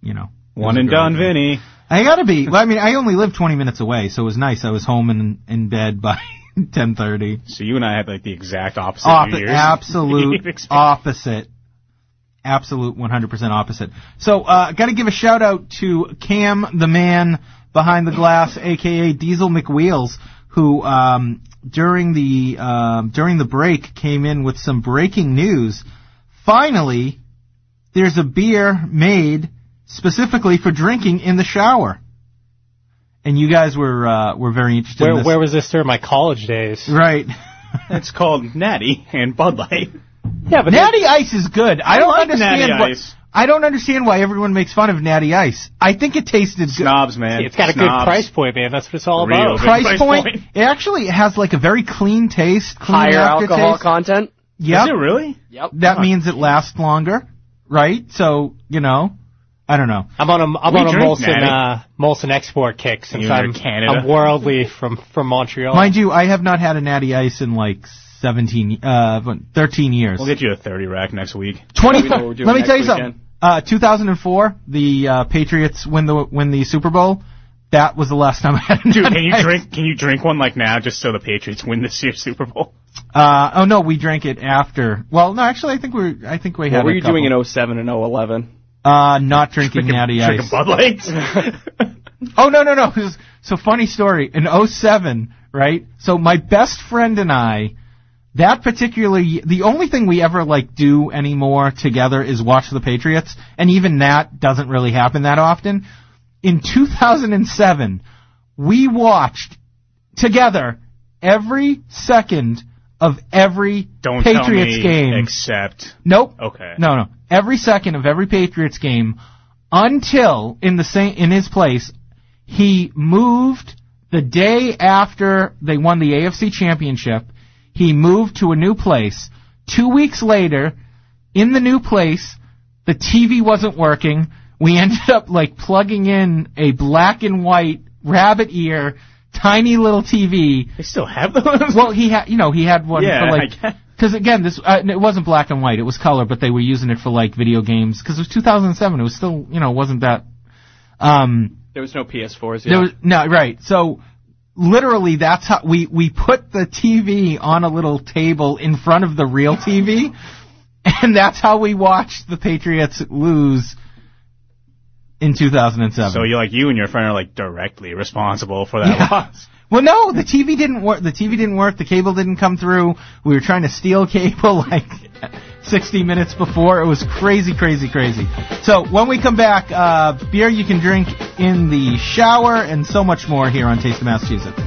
B: you know it was
C: One
B: a
C: and
B: girl
C: done,
B: drink.
C: Vinny.
B: I gotta be. Well, I mean, I only lived 20 minutes away, so it was nice. I was home and in bed by 10:30.
C: So you and I had like the exact opposite New
B: Opposite,
C: Year's. Eve
B: absolute
C: experience.
B: opposite. Absolute 100% opposite. So, uh, gotta give a shout out to Cam, the man behind the glass, aka Diesel McWheels, who, um, during the, um, during the break came in with some breaking news. Finally, there's a beer made specifically for drinking in the shower. And you guys were, uh, were very interested in
H: Where,
B: this.
H: where was this during my college days?
B: right.
C: It's called Natty and Bud Light.
H: Yeah, but
B: Natty Ice is good. I,
C: I
B: don't
C: like
B: understand
C: Natty
B: why.
C: Ice.
B: I don't understand why everyone makes fun of Natty Ice. I think it tasted good.
C: Snobs, man.
H: it's got a good
C: Snobs.
H: price point, man. That's what it's all
C: Real
H: about.
C: good.
B: Price,
C: Price
B: point,
C: point.
B: It actually has like a very clean taste. Clean
D: Higher
B: aftertaste.
D: alcohol content.
B: Yep.
C: Is it really?
D: Yep.
B: That means it lasts longer, right? So you know, I don't know.
H: I'm on a I'm
C: We
H: on a
C: drink
H: Molson
C: Natty.
H: uh, Molson export kick since
C: You're
H: I'm
C: Canada.
H: I'm worldly from from Montreal.
B: Mind you, I have not had a Natty Ice in like 17, uh, what, 13 years.
C: We'll get you a 30 rack next week.
B: 20.
D: Let me know what we're doing
B: Let me
D: next
B: tell you
D: weekend.
B: something. Uh, 2004, the uh, Patriots win the win the Super Bowl. That was the last time I had a
C: Dude,
B: Natty
C: can
B: Ice.
C: you drink? Can you drink one like now just so the Patriots win this year's Super Bowl?
B: Uh, oh no, we drank it after. Well, no, actually, I think we were, I think we had.
D: What were
B: a
D: you
B: couple.
D: doing in 07 and 011?
B: Uh, not drinking Natty
C: Drinking
B: Ice.
C: Bud Lights.
B: Oh no, no, no. It was- So funny story. In 07, right? So my best friend and I, that particular, y- the only thing we ever like do anymore together is watch the Patriots, and even that doesn't really happen that often. In 2007, we watched together every second of every
C: Don't
B: Patriots
C: tell me
B: game.
C: Except
B: Nope.
C: Okay.
B: No, no. Every second of every Patriots game until in the same in his place he moved the day after they won the AFC championship, he moved to a new place. 2 weeks later, in the new place, the TV wasn't working. We ended up like plugging in a black and white rabbit ear tiny little TV
C: they still have those.
B: well, he had, you know, he had one
C: Yeah,
B: for
C: I guess.
B: like, because again, this uh, it wasn't black and white; it was color, but they were using it for like video games because it was 2007. It was still, you know, it wasn't that. Um,
D: There was no PS4s.
B: there
D: Yet.
B: was no right. So literally, that's how we we put the TV on a little table in front of the real TV, and that's how we watched the Patriots lose in 2007.
C: so you like you and your friend are like directly responsible for that
B: Yeah.
C: loss.
B: Well, no, the TV didn't work. The TV didn't work. The cable didn't come through. We were trying to steal cable like 60 minutes before. It was crazy, crazy, crazy. So when we come back, uh, beer you can drink in the shower and so much more here on Taste of Massachusetts.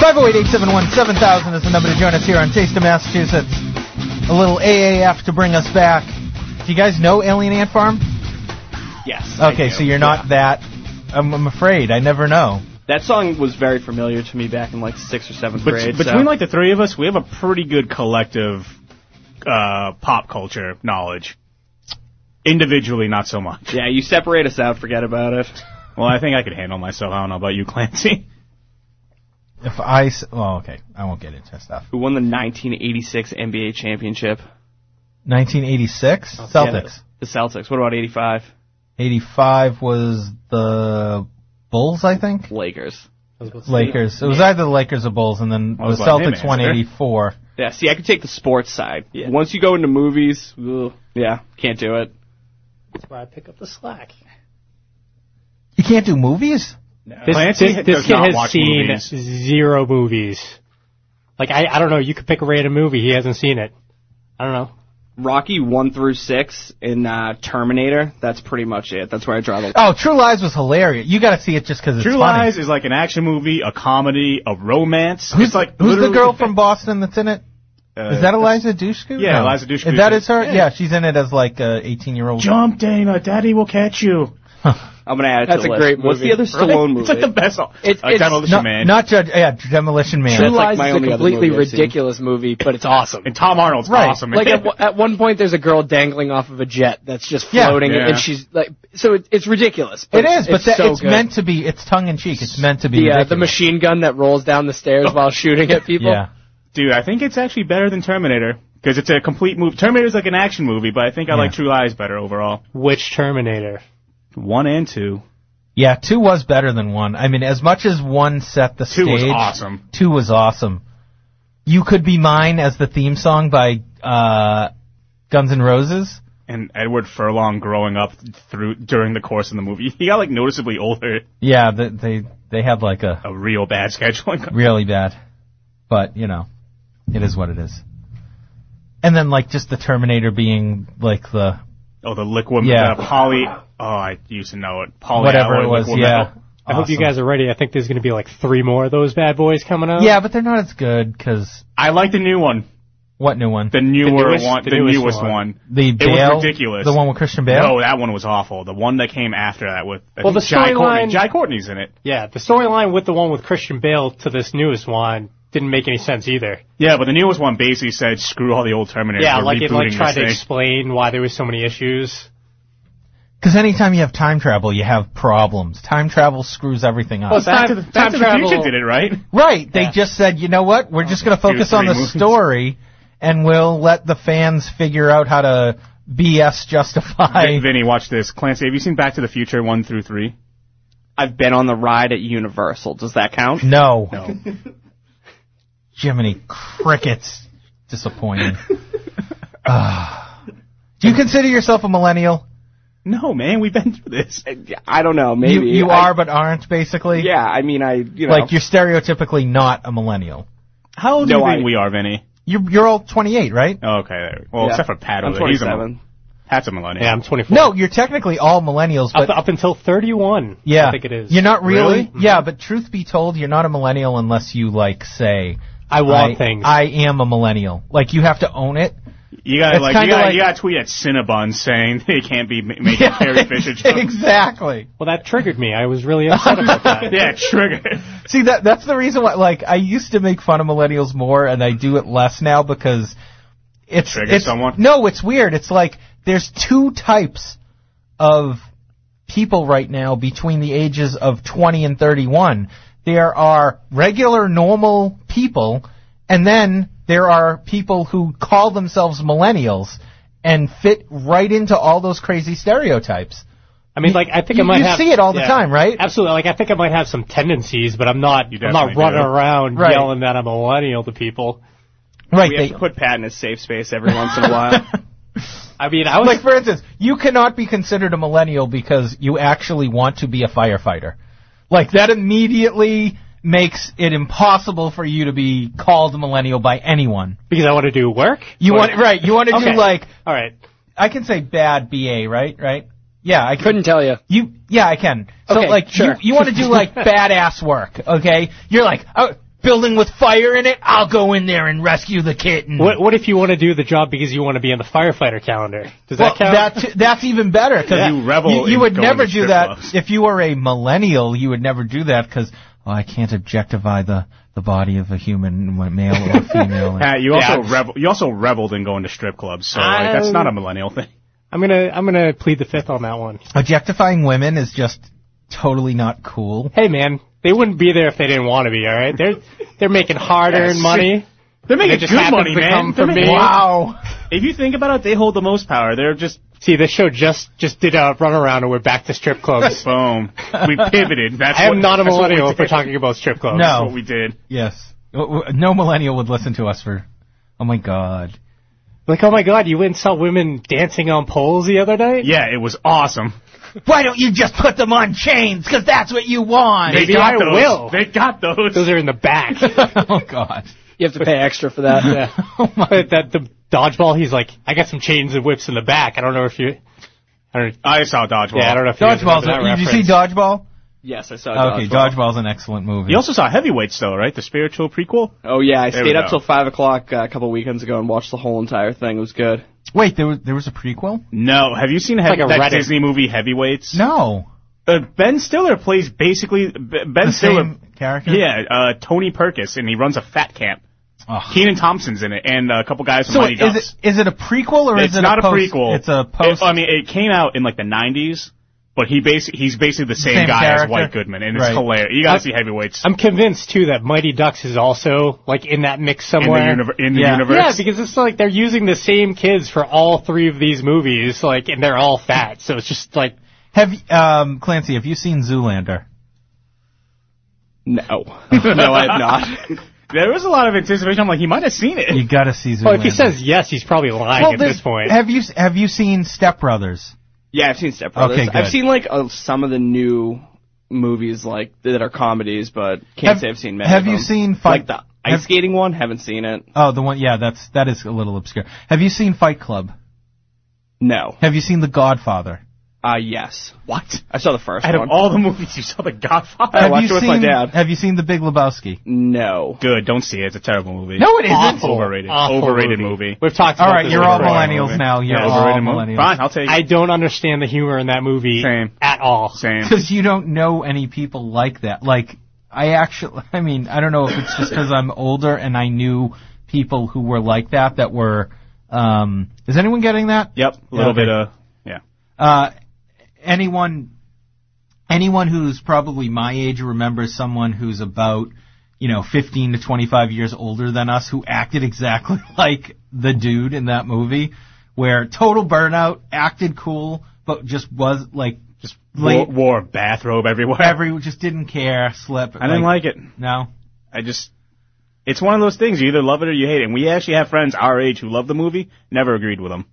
B: Five zero eight eight seven one seven thousand is the number to join us here on Taste of Massachusetts. A little AAF to bring us back. Do you guys know Alien Ant Farm?
D: Yes. I
B: Okay,
D: do.
B: so you're not that. I'm, I'm afraid. I never know.
D: That song was very familiar to me back in like sixth or seventh
C: Bet-
D: grade. so-
C: between like the three of us, we have a pretty good collective uh, pop culture knowledge. Individually, not so much.
D: yeah, you separate us out, forget about it.
C: Well, I think I could handle myself. I don't know about you, Clancy.
B: If I s- well, okay, I won't get into that stuff.
D: Who won the 1986 NBA championship?
B: 1986
D: Yeah,
B: Celtics.
D: the Celtics. What about 85?
B: 85 was the Bulls, I think.
D: Lakers.
B: Lakers. It was either the Lakers or Bulls, and then
C: was
B: the
C: like, hey,
B: Celtics
C: man,
B: won
C: sir.
B: 84.
D: Yeah, see, I could take the sports side. Once you go into movies, ugh, yeah, can't do it.
H: That's why I pick up the slack.
B: You can't do movies.
H: This,
C: Clancy
H: this,
C: does
H: this kid
C: not
H: has
C: watch
H: seen
C: movies.
H: zero movies. Like I, I don't know. You could pick a random movie. He hasn't seen it. I don't know.
D: Rocky 1 through 6 in uh, Terminator, that's pretty much it. That's where I draw the line.
B: Oh, True Lies was hilarious. You got to see it just because it's
C: True
B: funny.
C: Lies is like an action movie, a comedy, a romance.
B: Who's,
C: it's like
B: who's the
C: literally-
B: girl from Boston that's in it?
C: Uh,
B: Is that Eliza Dushku?
C: yeah, Eliza Dushku.
B: If that is her, yeah. she's in it as like a 18 year old.
C: Jump, Dana! Daddy will catch you.
D: I'm going to add it
F: That's
D: to the
F: a
D: list.
F: great
D: What's
F: movie.
D: the other Stallone movie?
C: It's like the best.
F: It's-
C: uh,
F: it's
C: Demolition
B: Not,
C: Man.
B: not Judge. Yeah, Demolition Man.
F: True
D: That's like
F: Lies
D: my
F: is a
D: only other
F: completely
D: movie I've seen.
F: ridiculous movie, but it's awesome.
C: and Tom Arnold's
B: Right.
C: awesome.
F: Like at, w- at one point, there's a girl dangling off of a jet that's just
B: Yeah.
F: floating,
C: Yeah.
F: and she's like, so it, it's ridiculous.
B: it is, but
F: it's,
B: that,
F: so
B: it's
F: good.
B: meant to be. It's tongue in cheek. It's meant to be.
F: the uh, the
B: ridiculous.
F: machine gun that rolls down the stairs while shooting at people.
B: Yeah.
C: Dude, I think it's actually better than Terminator because it's a complete movie. Terminator's like an action movie, but I think I like
B: Yeah.
C: True Lies better overall.
H: Which Terminator?
C: One and two.
B: Yeah, two was better than one. I mean, as much as one set the
C: Two
B: stage,
C: was awesome.
B: Two was awesome. You could be mine as the theme song by uh, Guns N' Roses.
C: And Edward Furlong growing up through during the course of the movie, he got like noticeably older.
B: Yeah, they they, they had like a
C: A real bad scheduling.
B: really bad, but you know, it is what it is. And then like just the Terminator being like the
C: Oh, the liquid.
B: Yeah.
C: Yeah. poly. Oh, I used to know it. Poly
B: whatever it was.
C: liquid
B: Yeah.
C: metal.
H: I hope you
B: Awesome.
H: guys are ready. I think there's going to be like three more of those bad boys coming up.
B: Yeah, but they're not as good because
C: I like the new one.
B: what new one?
C: The newer
H: newest-
C: one.
H: the
C: The,
H: newest
C: newest,
H: one.
C: one.
B: The
C: It
B: Bale,
C: was ridiculous.
B: The one with Christian Bale.
C: No, that one was awful. The one that came after that with I
H: Well,
C: think
H: the
C: Jai Courtney.
H: storyline-
C: Jai Courtney's in it.
H: Yeah, the storyline with the one with Christian Bale to this newest one didn't make any sense either.
C: Yeah, but the newest one basically said, "Screw all the old Terminators."
H: Yeah,
C: We're
H: like it like
C: rebooting
H: tried
C: this
H: to
C: thing."
H: explain why there was so many issues.
B: Because anytime you have time travel, you have problems. Time travel screws everything up.
F: Well, it's
C: Back to
F: time,
C: the, Back
F: time
C: to the
F: travel.
C: Future did it right.
B: right. They just said, you know what? We're just going to focus
C: three
B: on the
C: movies.
B: story, and we'll let the fans figure out how to BS justify.
C: Vin- Vinny, watch this. Clancy, have you seen Back to the Future one through three?
D: I've been on the ride at Universal. Does that count?
B: no. No. Jiminy crickets. Disappointing. Ah. Do you consider yourself a millennial?
C: No, man, we've been through this.
D: I don't know. Maybe
B: you you
D: I-
B: are, but aren't basically.
D: Yeah, I mean, I you know.
B: Like you're stereotypically not a millennial.
C: How old Oh, do
D: No,
C: you
D: I-
C: think we are, Vinny?
B: You're you're all 28, right?
C: Oh, okay, there. we- well,
D: yeah.
C: except for Pat.
D: I'm
C: over there. He's a
D: 27.
C: Pat's a millennial.
H: Yeah, I'm 24.
B: No, you're technically all millennials,
H: up,
B: but
H: up until 31.
B: Yeah.
H: I think it is. Mm-hmm.
B: You're not really?
C: Really?
B: Yeah, but truth be told, you're not a millennial unless you like say
H: I want
B: I,
H: things.
B: I am a millennial. Like you have to own it.
C: You gotta
B: It's
C: like you
B: kinda
C: gotta,
B: like-
C: you gotta tweet at Cinnabon saying they can't be ma- making
B: Yeah,
C: Carrie Fisher jokes.
B: exactly.
H: well, that triggered me. I was really upset about that.
C: yeah, trigger.
B: See that that's the reason why like I used to make fun of millennials more and I do it less now because it's
C: Trigger
B: it's
C: someone?
B: no, it's weird. It's like there's two types of people right now between the ages of 20 and 31. There are regular normal people and then there are people who call themselves millennials and fit right into all those crazy stereotypes.
H: I mean, like I think
B: You-
H: I might
B: you
H: have,
B: see it all the time, right?
H: Absolutely. Like I think I might have some tendencies, but I'm not.
C: You
H: I'm not
C: definitely
H: running
C: do.
H: around
B: Right.
H: yelling that I'm a millennial to people.
B: Right.
D: we
B: they-
D: have to put Pat in his safe space every once in a while.
H: I mean, I was
B: Like for instance, you cannot be considered a millennial because you actually want to be a firefighter. Like that immediately makes it impossible for you to be called a millennial by anyone.
H: because I want to do work.
B: You
H: Or-
B: want right, you want to
H: Okay.
B: do like
H: All right.
B: I can say bad BA, right? Right? Yeah, I can
F: Couldn't tell you.
B: you yeah, I can. So
F: Okay,
B: like
F: sure.
B: you you want to do like badass work, okay? You're like, "Oh, building with fire in it, I'll go in there and rescue the kitten."
H: What What if you want to do the job because you want to be on the firefighter calendar? Does
B: Well,
H: that count?
B: that's that's even better because
C: You revel
B: You,
C: in
B: would
C: going
B: never
C: to
B: do
C: strip
B: that
C: clubs.
B: if you were a millennial. You would never do that because well, I can't objectify the the body of a human, male or female.
C: Pat, you
H: Yeah.
C: also revel, you also reveled in going to strip clubs, so like, that's
H: Um,
C: not a millennial thing.
H: I'm gonna I'm gonna plead the fifth on that one.
B: Objectifying women is just totally not cool.
H: Hey man, they wouldn't be there if they didn't want to be. All right, they're they're making hard earned
C: Yes.
H: money.
C: They're
H: They just happen to come
C: They're
H: from
C: making-
H: me.
B: Wow.
C: If you think about it, they hold the most power. They're just
H: See, this show just just did a runaround and we're back to strip clubs.
C: boom. We pivoted. That's
H: I am
C: what-
H: not a
C: that's what we
H: millennial if we're
C: did.
H: talking about strip clubs.
B: No.
C: That's what we did.
B: Yes. W- w- No millennial would listen to us for. Oh my god.
H: Like, oh my god, you went and saw women dancing on poles the other night?
C: Yeah, it was awesome.
B: Why don't you just put them on chains? Because that's what you want.
H: Maybe
C: they got
H: I
C: those.
H: will.
C: They got those.
H: Those are in the back.
B: oh god.
F: You have to pay extra for that.
H: yeah.
B: Oh my.
H: But that the dodgeball, he's like, I got some chains and whips in the back. I don't know if you, I don't,
C: I saw dodgeball.
H: yeah, I don't know if you guys
B: Dodgeball's.
H: remember
B: Did
H: that
B: you see
H: reference.
B: Dodgeball?
D: Yes, I saw.
B: Okay, Dodgeball's an excellent movie.
C: You also saw Heavyweights though, right? The spiritual prequel.
D: Oh yeah, I
C: we
D: stayed up
C: go.
D: till five o'clock uh, a couple weekends ago and watched the whole entire thing. It was good.
B: Wait, there was there was a prequel?
C: No, have you seen
H: like
C: heavy,
H: a
C: that
H: Reddit.
C: Disney movie Heavyweights?
B: No.
C: Uh, ben Stiller plays basically B- Ben
B: The
C: Stiller.
B: same character.
C: Yeah, uh, Tony Perkis, and he runs a fat camp.
B: Ugh.
C: Keenan Thompson's in it, and a couple guys from
B: So
C: Mighty
B: is
C: Ducks.
B: it is it a prequel or
C: it's
B: is it
C: not
B: a,
C: a,
B: post,
C: prequel. um,
B: It's a post.
C: It- I mean, it came out in like the '90s, but he basi- he's basically the same,
B: Same
C: guy as
B: character.
C: White Goodman, and it's
B: Right.
C: hilarious. You gotta
H: I-
C: see Heavyweights
H: I'm convinced too that Mighty Ducks is also like in that mix
C: in the,
H: somewhere.
C: univer- in the
B: Yeah.
C: universe.
H: yeah, because it's like they're using the same kids for all three of these movies, like, and they're all fat, so it's just like,
B: have y- um Clancy? Have you seen Zoolander?
D: No, no, I have not.
C: there was a lot of anticipation. I'm like, he might have seen it.
B: You gotta see Zoolander.
H: well, if he says yes, he's probably lying
B: Well,
H: at
B: there-
H: this point.
B: have you have you seen Step Brothers?
D: yeah, I've seen Step Brothers.
B: Okay, good.
D: I've seen like uh, some of the new movies like that are comedies, but can't
B: Have-
D: say I've seen many.
B: have
D: of
B: you
D: them.
B: seen Fight-
D: like the ice
B: have-
D: skating one? Haven't seen it.
B: Oh, the one. Yeah, that's that is a little obscure. Have you seen Fight Club?
D: No.
B: Have you seen The Godfather?
D: Uh yes.
C: What?
D: I saw the first
C: Out
D: one.
C: of all the movies, you saw The Godfather.
B: have you
D: watched it with
B: seen,
D: my dad.
B: Have you seen The Big Lebowski?
D: no.
C: Good. Don't see it. It's a terrible movie.
B: No, it isn't.
C: Awful. Overrated.
H: Awful
C: overrated movie.
H: We've talked about
B: All right,
H: this
B: you're all
H: before.
B: millennials now. Oh, You're
C: Yeah,
B: all
C: overrated movie.
B: millennials.
C: Fine, I'll take
H: I
C: it.
H: don't understand the humor in that movie
C: Same.
H: at all.
C: Same.
B: Because you don't know any people like that. Like I actually, I mean, I don't know if it's just because I'm older and I knew people who were like that that were. Um, is anyone getting that?
C: Yep. A little
B: Okay.
C: bit of. Yeah.
B: Uh, anyone, anyone who's probably my age remembers someone who's about, you know, 15 to 25 years older than us who acted exactly like the dude in that movie, where total burnout, acted cool, but just was like
C: Just
B: Like-
C: wore, wore a bathrobe everywhere.
B: every just didn't care, slip.
C: I didn't like it.
B: No.
C: I just. It's one of those things. You either love it or you hate it. And we actually have friends our age who love the movie, never agreed with them.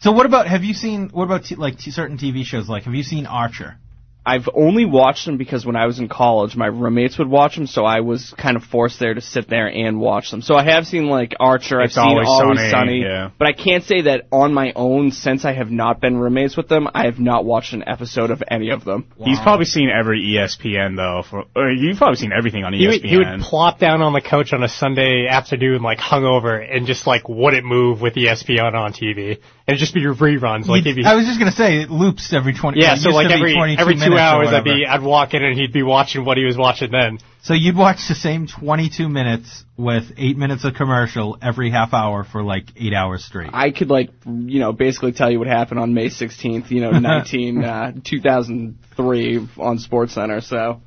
B: So what about have you seen what about t- like t- certain TV shows like have you seen Archer?
D: I've only watched them because when I was in college, my roommates would watch them, so I was kind of forced there to sit there and watch them. So I have seen like Archer,
C: It's
D: I've seen
C: Always
D: Always,
C: Sunny,
D: Sunny,
C: yeah.
D: but I can't say that on my own. Since I have not been roommates with them, I have not watched an episode of any of them.
C: He's probably seen every E ESPN though. For or you've probably seen everything on E ESPN.
H: He would, he
B: E
H: would plop down on the couch on a Sunday afternoon, like hungover, and just like wouldn't move with E ESPN on TV, and it'd just be your reruns. Like if you,
B: I was just gonna say it loops every twenty.
H: yeah,
B: it
H: so
B: used
H: like
B: to be
H: every
B: 22
H: every two
B: minutes or
H: hours, I'd
B: whatever.
H: be I'd walk in and he'd be watching what he was watching then.
B: So you'd watch the same 22 minutes with eight minutes of commercial every half hour for like eight hours straight.
D: I could like you know basically tell you what happened on May 16th, you know, 19 uh, 2003 on Sports Center. So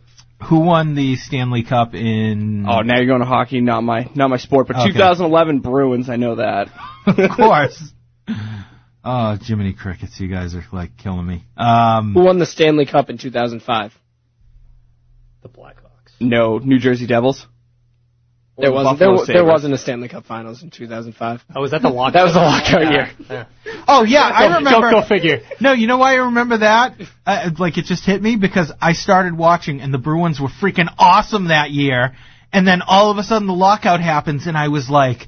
B: Who won the Stanley Cup in?
D: oh, now you're going to hockey, not my not my sport, but
B: Okay.
D: 2011 Bruins. I know that.
B: of course. oh, Jiminy Crickets, you guys are like killing me. Um,
F: Who won the Stanley Cup in 2005?
H: The Blackhawks.
D: No, New Jersey Devils.
F: There
D: the
F: wasn't there,
D: Buffalo
F: wa- there
D: Sabres.
F: wasn't a Stanley Cup Finals in 2005.
H: Oh, was that the lockout?
F: That was the lockout year.
B: oh yeah, I remember.
H: Go, go figure.
B: No, you know why I remember that? Uh, like it just hit me because I started watching and the Bruins were freaking awesome that year, and then all of a sudden the lockout happens and I was like,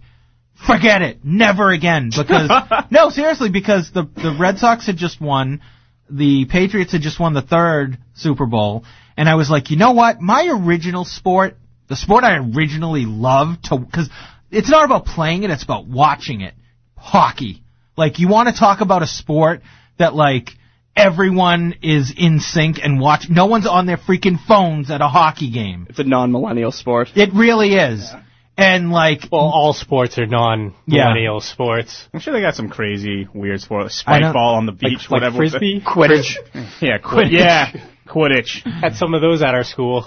B: forget it, never again. Because no, seriously, because the the Red Sox had just won, the Patriots had just won the third Super Bowl, and I was like, you know what? My original sport, the sport I originally loved, to because it's not about playing it, it's about watching it. Hockey. Like you want to talk about a sport that like everyone is in sync and watch. No one's on their freaking phones at a hockey game.
D: It's a non-millennial sport.
B: It really is. And like,
H: Well, all sports are non-millennial sports.
C: I'm sure they got some crazy, weird sports.
B: I don't-
C: Spike ball on the
H: Like,
C: beach,
H: like
C: whatever.
H: frisbee.
D: Quidditch.
C: Yeah, Quidditch. Yeah, Quidditch.
H: Had some of those at our school.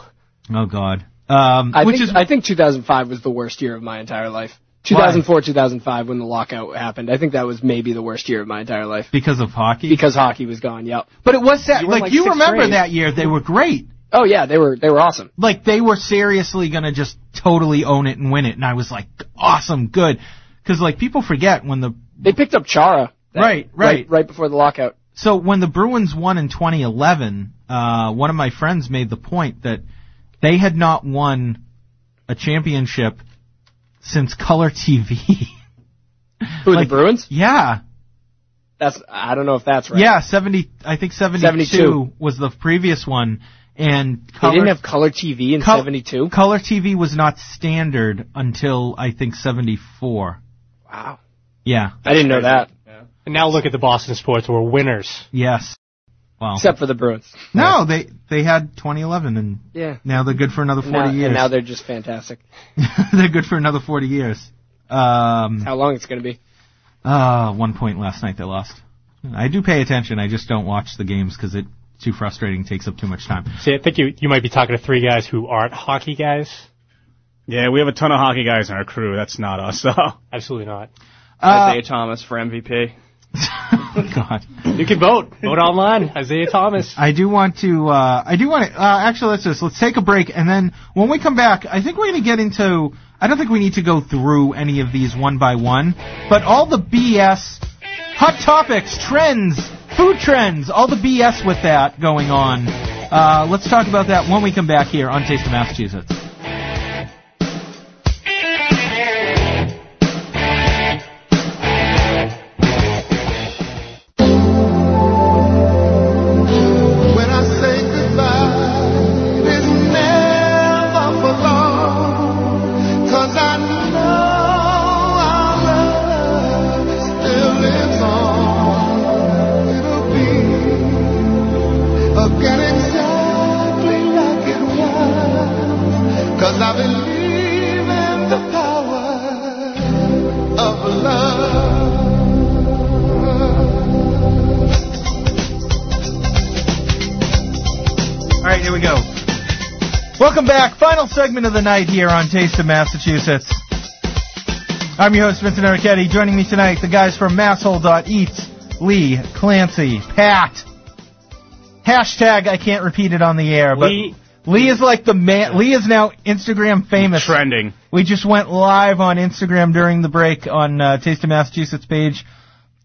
B: oh god. Um,
F: I
B: which
F: think,
B: is
F: I think 2005 was the worst year of my entire life. 2004, 2005, when the lockout happened, I think that was maybe the worst year of my entire life
B: because of hockey.
F: because hockey was gone. Yep.
B: but it was sad.
F: You were in,
B: like
F: like,
B: you
F: sixth
B: remember
F: grade.
B: that year, they were great.
F: Oh yeah, they were they were awesome.
B: like they were seriously gonna just totally own it and win it, and I was like, awesome, good, because like people forget when the
F: They picked up Chara. that-
B: Right, right.
F: right, before the lockout.
B: so when the Bruins won in 2011, uh, one of my friends made the point that they had not won a championship since color TV.
F: Who
B: Like-
F: the Bruins?
B: yeah,
F: That's I don't know if that's right.
B: yeah, 70, I think 72,
F: 72.
B: was the previous one, and
F: They
B: color.
F: didn't have color TV in
B: Col-
F: '72.
B: Color TV was not standard until I think 74.
F: Wow.
B: Yeah.
F: I didn't know that.
H: And now look at the Boston sports. We're winners.
B: Yes. Wow.
F: Except for the Bruins.
B: No, they they had 2011, and
F: Yeah.
B: now they're good for another 40
F: Now,
B: years.
F: and now they're just fantastic.
B: they're good for another 40 years. Um,
F: How long it's gonna be?
B: uh, one point last night they lost. I do pay attention. I just don't watch the games because it too frustrating, takes up too much time.
H: See, I think you you might be talking to three guys who aren't hockey guys.
C: Yeah, we have a ton of hockey guys in our crew. That's not us, though.
H: Absolutely not. Uh,
D: Isaiah Thomas for MVP.
B: God,
H: You can vote. Vote online. Isaiah Thomas.
B: I do want to. Uh, I do want to. Uh, actually, let's just let's take a break, and then when we come back, I think we're going to get into. I don't think we need to go through any of these one by one, but all the BS, hot topics, trends, food trends, all the BS with that going on. Uh, let's talk about that when we come back here on Taste of Massachusetts.
J: When I say goodbye, it's never for long. 'Cause I know our love still lives on. It'll be again exactly like it was. 'Cause I believe in the power of love.
B: All right, here we go. Welcome back. Final segment of the night here on Taste of Massachusetts. I'm your host, Vincent Arricchetti. Joining me tonight, the guys from Masshole.eats, Lee, Clancy, Pat. Hashtag I can't repeat it on the air, but
H: Lee-
B: Lee is like the man. Lee is now Instagram famous.
C: Trending.
B: We just went live on Instagram during the break on uh, Taste of Massachusetts page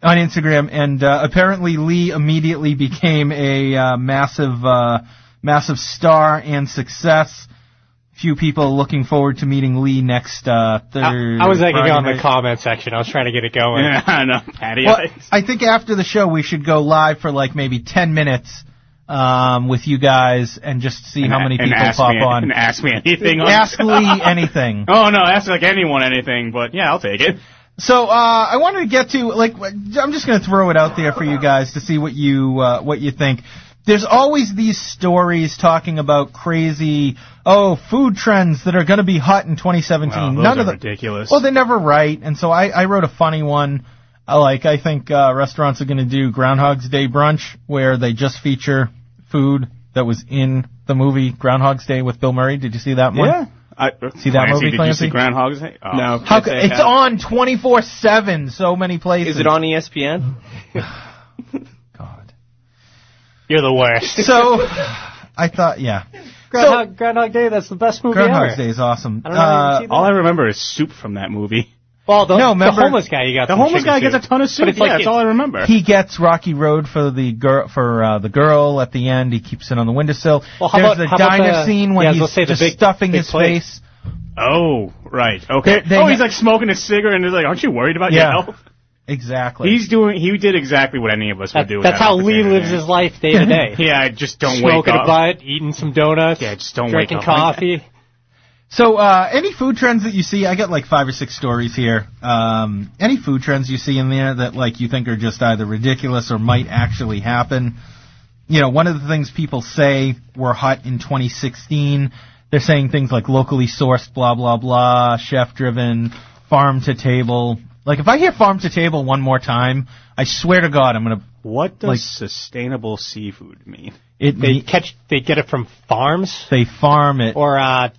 B: on Instagram, and uh, apparently Lee immediately became a uh, massive, uh, massive star and success. Few people looking forward to meeting Lee next uh,
H: I,
B: Thursday.
H: I was egging on the comment section. I was trying to get it going.
C: Yeah, I know. Patty.
B: Well, I think after the show we should go live for like maybe ten minutes um, with you guys and just see how many
C: And
B: people
C: ask
B: pop
C: me,
B: on.
C: And ask me anything. on-
B: Ask Lee anything.
C: Oh no, ask like anyone anything, but yeah, I'll take it.
B: So uh, I wanted to get to like I'm just going to throw it out there for you guys to see what you uh, what you think. There's always these stories talking about crazy oh food trends that are going to be hot in 2017.
C: Wow, Oh, those
B: None
C: are
B: of the
C: ridiculous.
B: well they're never right, and so I, I wrote a funny one. I like I think uh, restaurants are going to do Groundhog's Day brunch where they just feature food that was in the movie Groundhog's Day with Bill Murray. Did you see that one?
C: yeah. I,
B: See that movie,
C: Did
B: Clancy?
C: you see Groundhog's Day? Oh.
D: No.
B: How c-
D: Yes, I
B: it's
D: have.
B: on 24/7 so many places.
D: Is it on E ESPN?
B: God.
H: You're the worst.
B: So I thought, yeah,
H: Groundhog, Groundhog Day. That's the best movie
B: Groundhog's
H: ever.
B: Day is awesome.
H: I don't know how you
B: Uh,
H: see that.
C: All I remember is soup from that movie.
H: Well, the,
B: No,
H: the
B: remember-
H: homeless guy you got.
C: The
H: some
C: homeless
H: chicken
C: guy gets a
H: soup.
C: ton of soup.
H: But it's
C: yeah,
H: like
C: that's
H: it's-
C: all I remember.
B: he gets Rocky Road for the girl for uh, the girl at the end. He keeps it on the windowsill.
H: Well, how
B: There's
H: about-
B: the
H: how about
B: diner
H: the-
B: scene when
H: yeah, I was
B: he's
H: gonna say the
B: just
H: big-
B: stuffing
H: big
B: his
H: plate.
B: face.
C: oh, right. Okay.
B: They- they-
C: oh, he's like smoking a cigarette and he's like, aren't you worried about
B: Yeah.
C: your health?
B: Exactly.
C: He's doing. He did exactly what any of us would
H: That,
C: do. with
H: that's
C: that
H: how Lee
C: opportunity.
H: lives his life day to day.
C: Yeah, I just don't
H: Smoking
C: wake
H: a
C: up.
H: butt, eating some donuts,
C: Yeah, just don't wake
H: drinking
C: up.
H: coffee.
B: So, uh, any food trends that you see? I got like five or six stories here. Um, any food trends you see in there that like you think are just either ridiculous or might actually happen? You know, one of the things people say were hot in 2016. They're saying things like locally sourced, blah blah blah, chef driven, farm to table. Like if I hear farm to table one more time, I swear to God, I'm gonna.
C: What does
B: Like-
C: sustainable seafood mean?
B: It
H: They catch, they get it from farms,
B: they farm it.
H: or uh,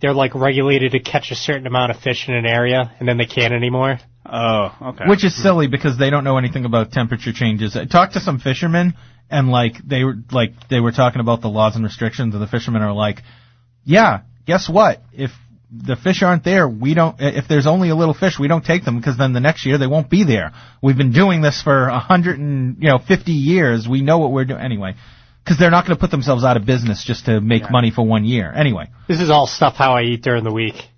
H: they're like regulated to catch a certain amount of fish in an area, and then they can't anymore.
C: Oh, okay.
B: Which is silly because they don't know anything about temperature changes. I talked to some fishermen and like they were like they were talking about the laws and restrictions and the fishermen are like, "Yeah, guess what? If the fish aren't there, we don't if there's only a little fish, we don't take them because then the next year they won't be there. We've been doing this for a 100 and, you know, 50 years. We know what we're doing anyway." Because they're not going to put themselves out of business just to make money for one year. Anyway,
H: This is all stuff how I eat during the week.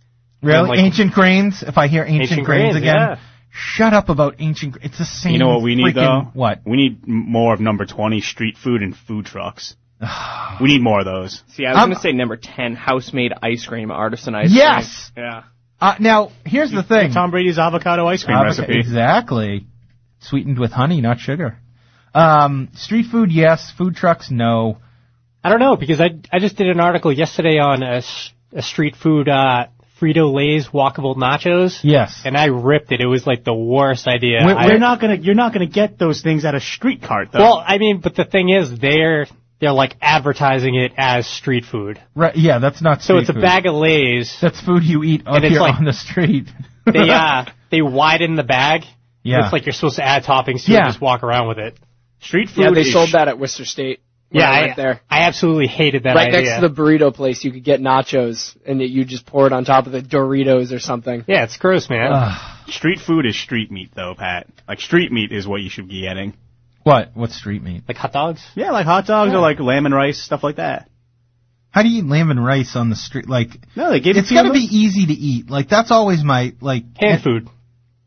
B: really,
H: like-
B: ancient grains. If I hear ancient,
H: Ancient
B: grains,
H: grains,
B: again,
H: yeah.
B: shut up about ancient. gr- It's the same.
C: You know what we need
B: freaking-
C: though?
B: What?
C: We need m- more of number 20 street food and food trucks. we need more of those.
D: See, I was
B: I'm-
D: gonna say number ten, house made ice cream, artisan ice
B: Yes.
D: cream. Yeah.
B: Uh, now here's the thing.
C: Tom Brady's avocado ice cream
B: Avoca-
C: recipe.
B: Exactly. Sweetened with honey, not sugar. Um, street food, yes. Food trucks, no.
H: I don't know because I I just did an article yesterday on a, s- a street food uh, Frito Lay's walkable nachos.
B: Yes.
H: And I ripped it. It was like the worst idea.
B: Wait,
H: I-
B: wait.
C: You're not gonna, you're not gonna get those things at a street cart though.
H: well, I mean, but the thing is, they're they're like advertising it as street food.
B: Right, yeah, that's not.
H: So
B: street
H: it's a
B: food.
H: bag of Lay's.
B: That's food you eat up
H: And it's
B: here
H: like-
B: on the street.
H: They uh they widen the bag.
B: Yeah.
H: It's like you're supposed to add toppings to it
B: Yeah.
H: and just walk around with it.
C: street food.
F: Yeah, they
C: is
F: sold that at Worcester State. When
H: yeah,
F: I,
H: I,
F: went there.
H: I absolutely hated that
F: Right
H: idea.
F: next to the burrito place, you could get nachos, and you just pour it on top of the Doritos or something.
H: yeah, it's gross, man.
C: Street food is street meat though, Pat. Like street meat is what you should be getting.
B: what? What's street meat?
H: like hot dogs.
C: Yeah, like hot dogs or like lamb and rice, stuff like that.
B: How do you eat lamb and rice on the street? Like,
C: No, they gave
B: it's
C: it to you
B: gotta
C: on
B: be
C: the-
B: easy to eat. Like, that's always my like.
H: Hand food.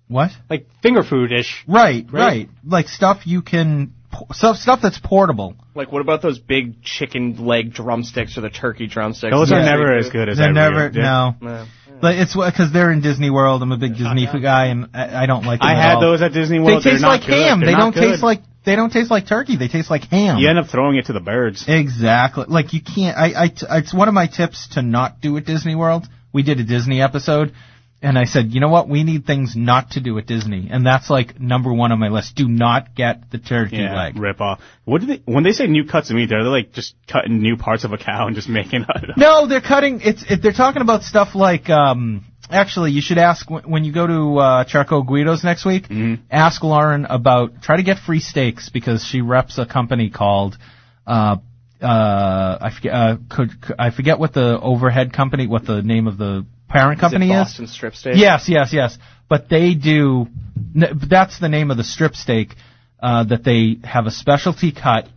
B: What?
H: Like finger food ish.
B: Right, right, Like stuff you can, po- stuff stuff that's portable.
D: Like, what about those big chicken leg drumsticks or the turkey drumsticks?
C: Those
B: Yeah.
C: are never as good as
B: They're
C: I
B: never
C: really did.
B: no. Like it's because they're in Disney World. I'm a big Disney guy, and I, I don't like. Them
C: I
B: at
C: had
B: all.
C: those at Disney World.
B: they
C: They're
B: taste
C: not
B: like
C: good.
B: ham.
C: They're
B: They
C: not
B: don't
C: good.
B: taste like they don't taste like turkey. They taste like ham.
C: You end up throwing it to the birds.
B: Exactly. Like you can't. I, I t- It's one of my tips to not do at Disney World. We did a Disney episode, and I said, you know what? We need things not to do at Disney, and that's like number one on my list. Do not get the turkey
C: Yeah,
B: leg.
C: rip off. What do they? When they say new cuts of meat, they're like just cutting new parts of a cow and just making it. up.
B: No, they're cutting. It's it, they're talking about stuff like. um Actually, you should ask wh- when you go to uh, Charco Guido's next week. Ask Lauren about try to get free steaks because she reps a company called uh, uh, I forget uh, could, could- I forget what the overhead company, what the name of the parent company is.
D: Boston strip steak.
B: Yes, yes, yes. But they do. n- That's the name of the strip steak uh, that they have a specialty cut.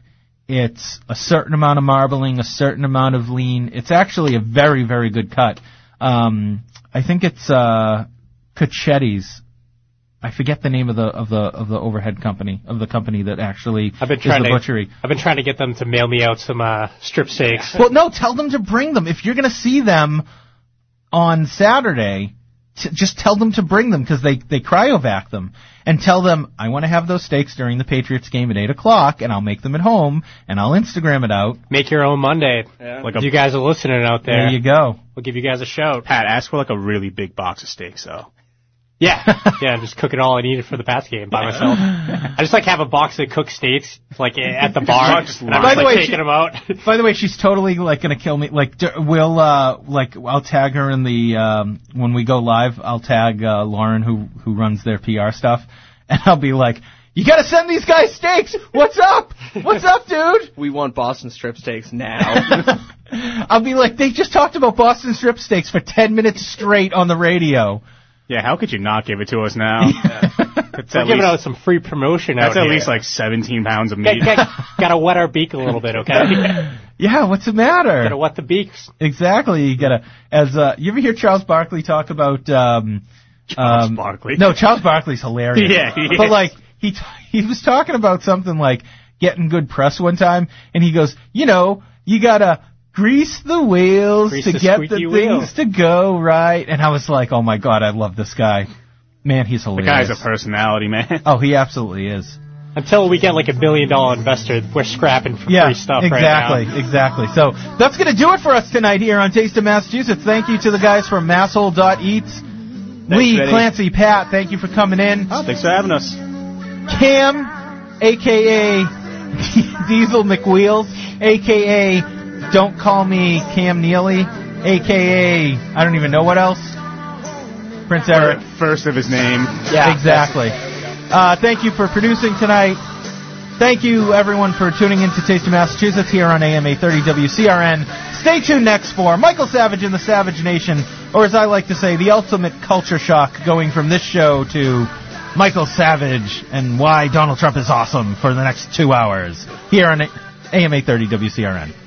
B: It's a certain amount of marbling, a certain amount of lean. It's actually a very, very good cut. Um, I think it's uh, Cachetti's. I forget the name of the of the of the overhead company of the company that actually
H: I've been
B: is
H: trying
B: the
H: to
B: butchery.
H: I've been trying to get them to mail me out some uh, strip steaks.
B: Well, no, tell them to bring them. If you're going to see them on Saturday, t- just tell them to bring them because they, they cryovac them. And tell them, I want to have those steaks during the Patriots game at 8 o'clock, and I'll make them at home, and I'll Instagram it out.
H: Make your own Monday.
C: Like
H: If
C: a
H: you guys are listening out there,
B: There you go.
H: we'll give you guys a shout.
C: Pat, ask for like a really big box of steaks though.
H: Yeah, yeah, just cook it all I needed for the Pats game by myself. I just like have a box of cooked steaks like at the bar.
C: Just
H: and I'm
C: by
H: just,
B: the
H: like,
B: way,
H: taking
B: she-
H: them out.
B: By the way, she's totally like gonna kill me. Like d- we'll uh like I'll tag her in the um when we go live. I'll tag uh, Lauren who who runs their PR stuff, and I'll be like, "You gotta send these guys steaks. What's up? What's up, dude?"
D: We want Boston strip steaks now.
B: I'll be like, they just talked about Boston strip steaks for 10 minutes straight on the radio.
C: Yeah, how could you not give it to us now? That's
H: We're
C: at
H: giving
C: least,
H: out some free promotion
C: that's
H: out
C: at
H: here.
C: least like 17 pounds of
H: Got-
C: meat.
H: got- gotta wet our beak a little bit, okay?
B: Yeah, what's the
H: gotta
B: matter?
H: wet the beaks.
B: Exactly. You gotta, as, uh, you ever hear Charles Barkley talk about, um,
C: Charles
B: um,
C: Barkley.
B: No, Charles Barkley's hilarious.
C: Yeah, he
B: But
C: is.
B: like, he, t- he was talking about something like getting good press one time, and he goes, you know, you gotta, grease the wheels
H: Grease
B: to
H: the
B: get the
H: squeaky
B: things
H: wheel.
B: to go right. And I was like, oh my god, I love this guy. Man, he's
C: The
B: hilarious.
C: guy's a personality, man.
B: oh, he absolutely is.
H: Until we get like a billion dollar investor, we're scrapping for
B: Yeah,
H: free stuff
B: exactly,
H: right now.
B: exactly. So that's going to do it for us tonight here on Taste of Massachusetts. Thank you to the guys from Masshole.eats. Lee,
C: Vinny.
B: Clancy, Pat, thank you for coming in.
C: Thanks for having us.
B: Cam, aka Diesel McWheels, aka Don't Call Me Cam Neely, aka I don't even know what else. Prince Eric.
C: First of his name.
B: exactly. Uh, thank you for producing tonight. Thank you, everyone, for tuning in to Taste of Massachusetts here on AMA 30 WCRN. Stay tuned next for Michael Savage and the Savage Nation, or as I like to say, the ultimate culture shock going from this show to Michael Savage and why Donald Trump is awesome for the next two hours here on AMA 30 WCRN.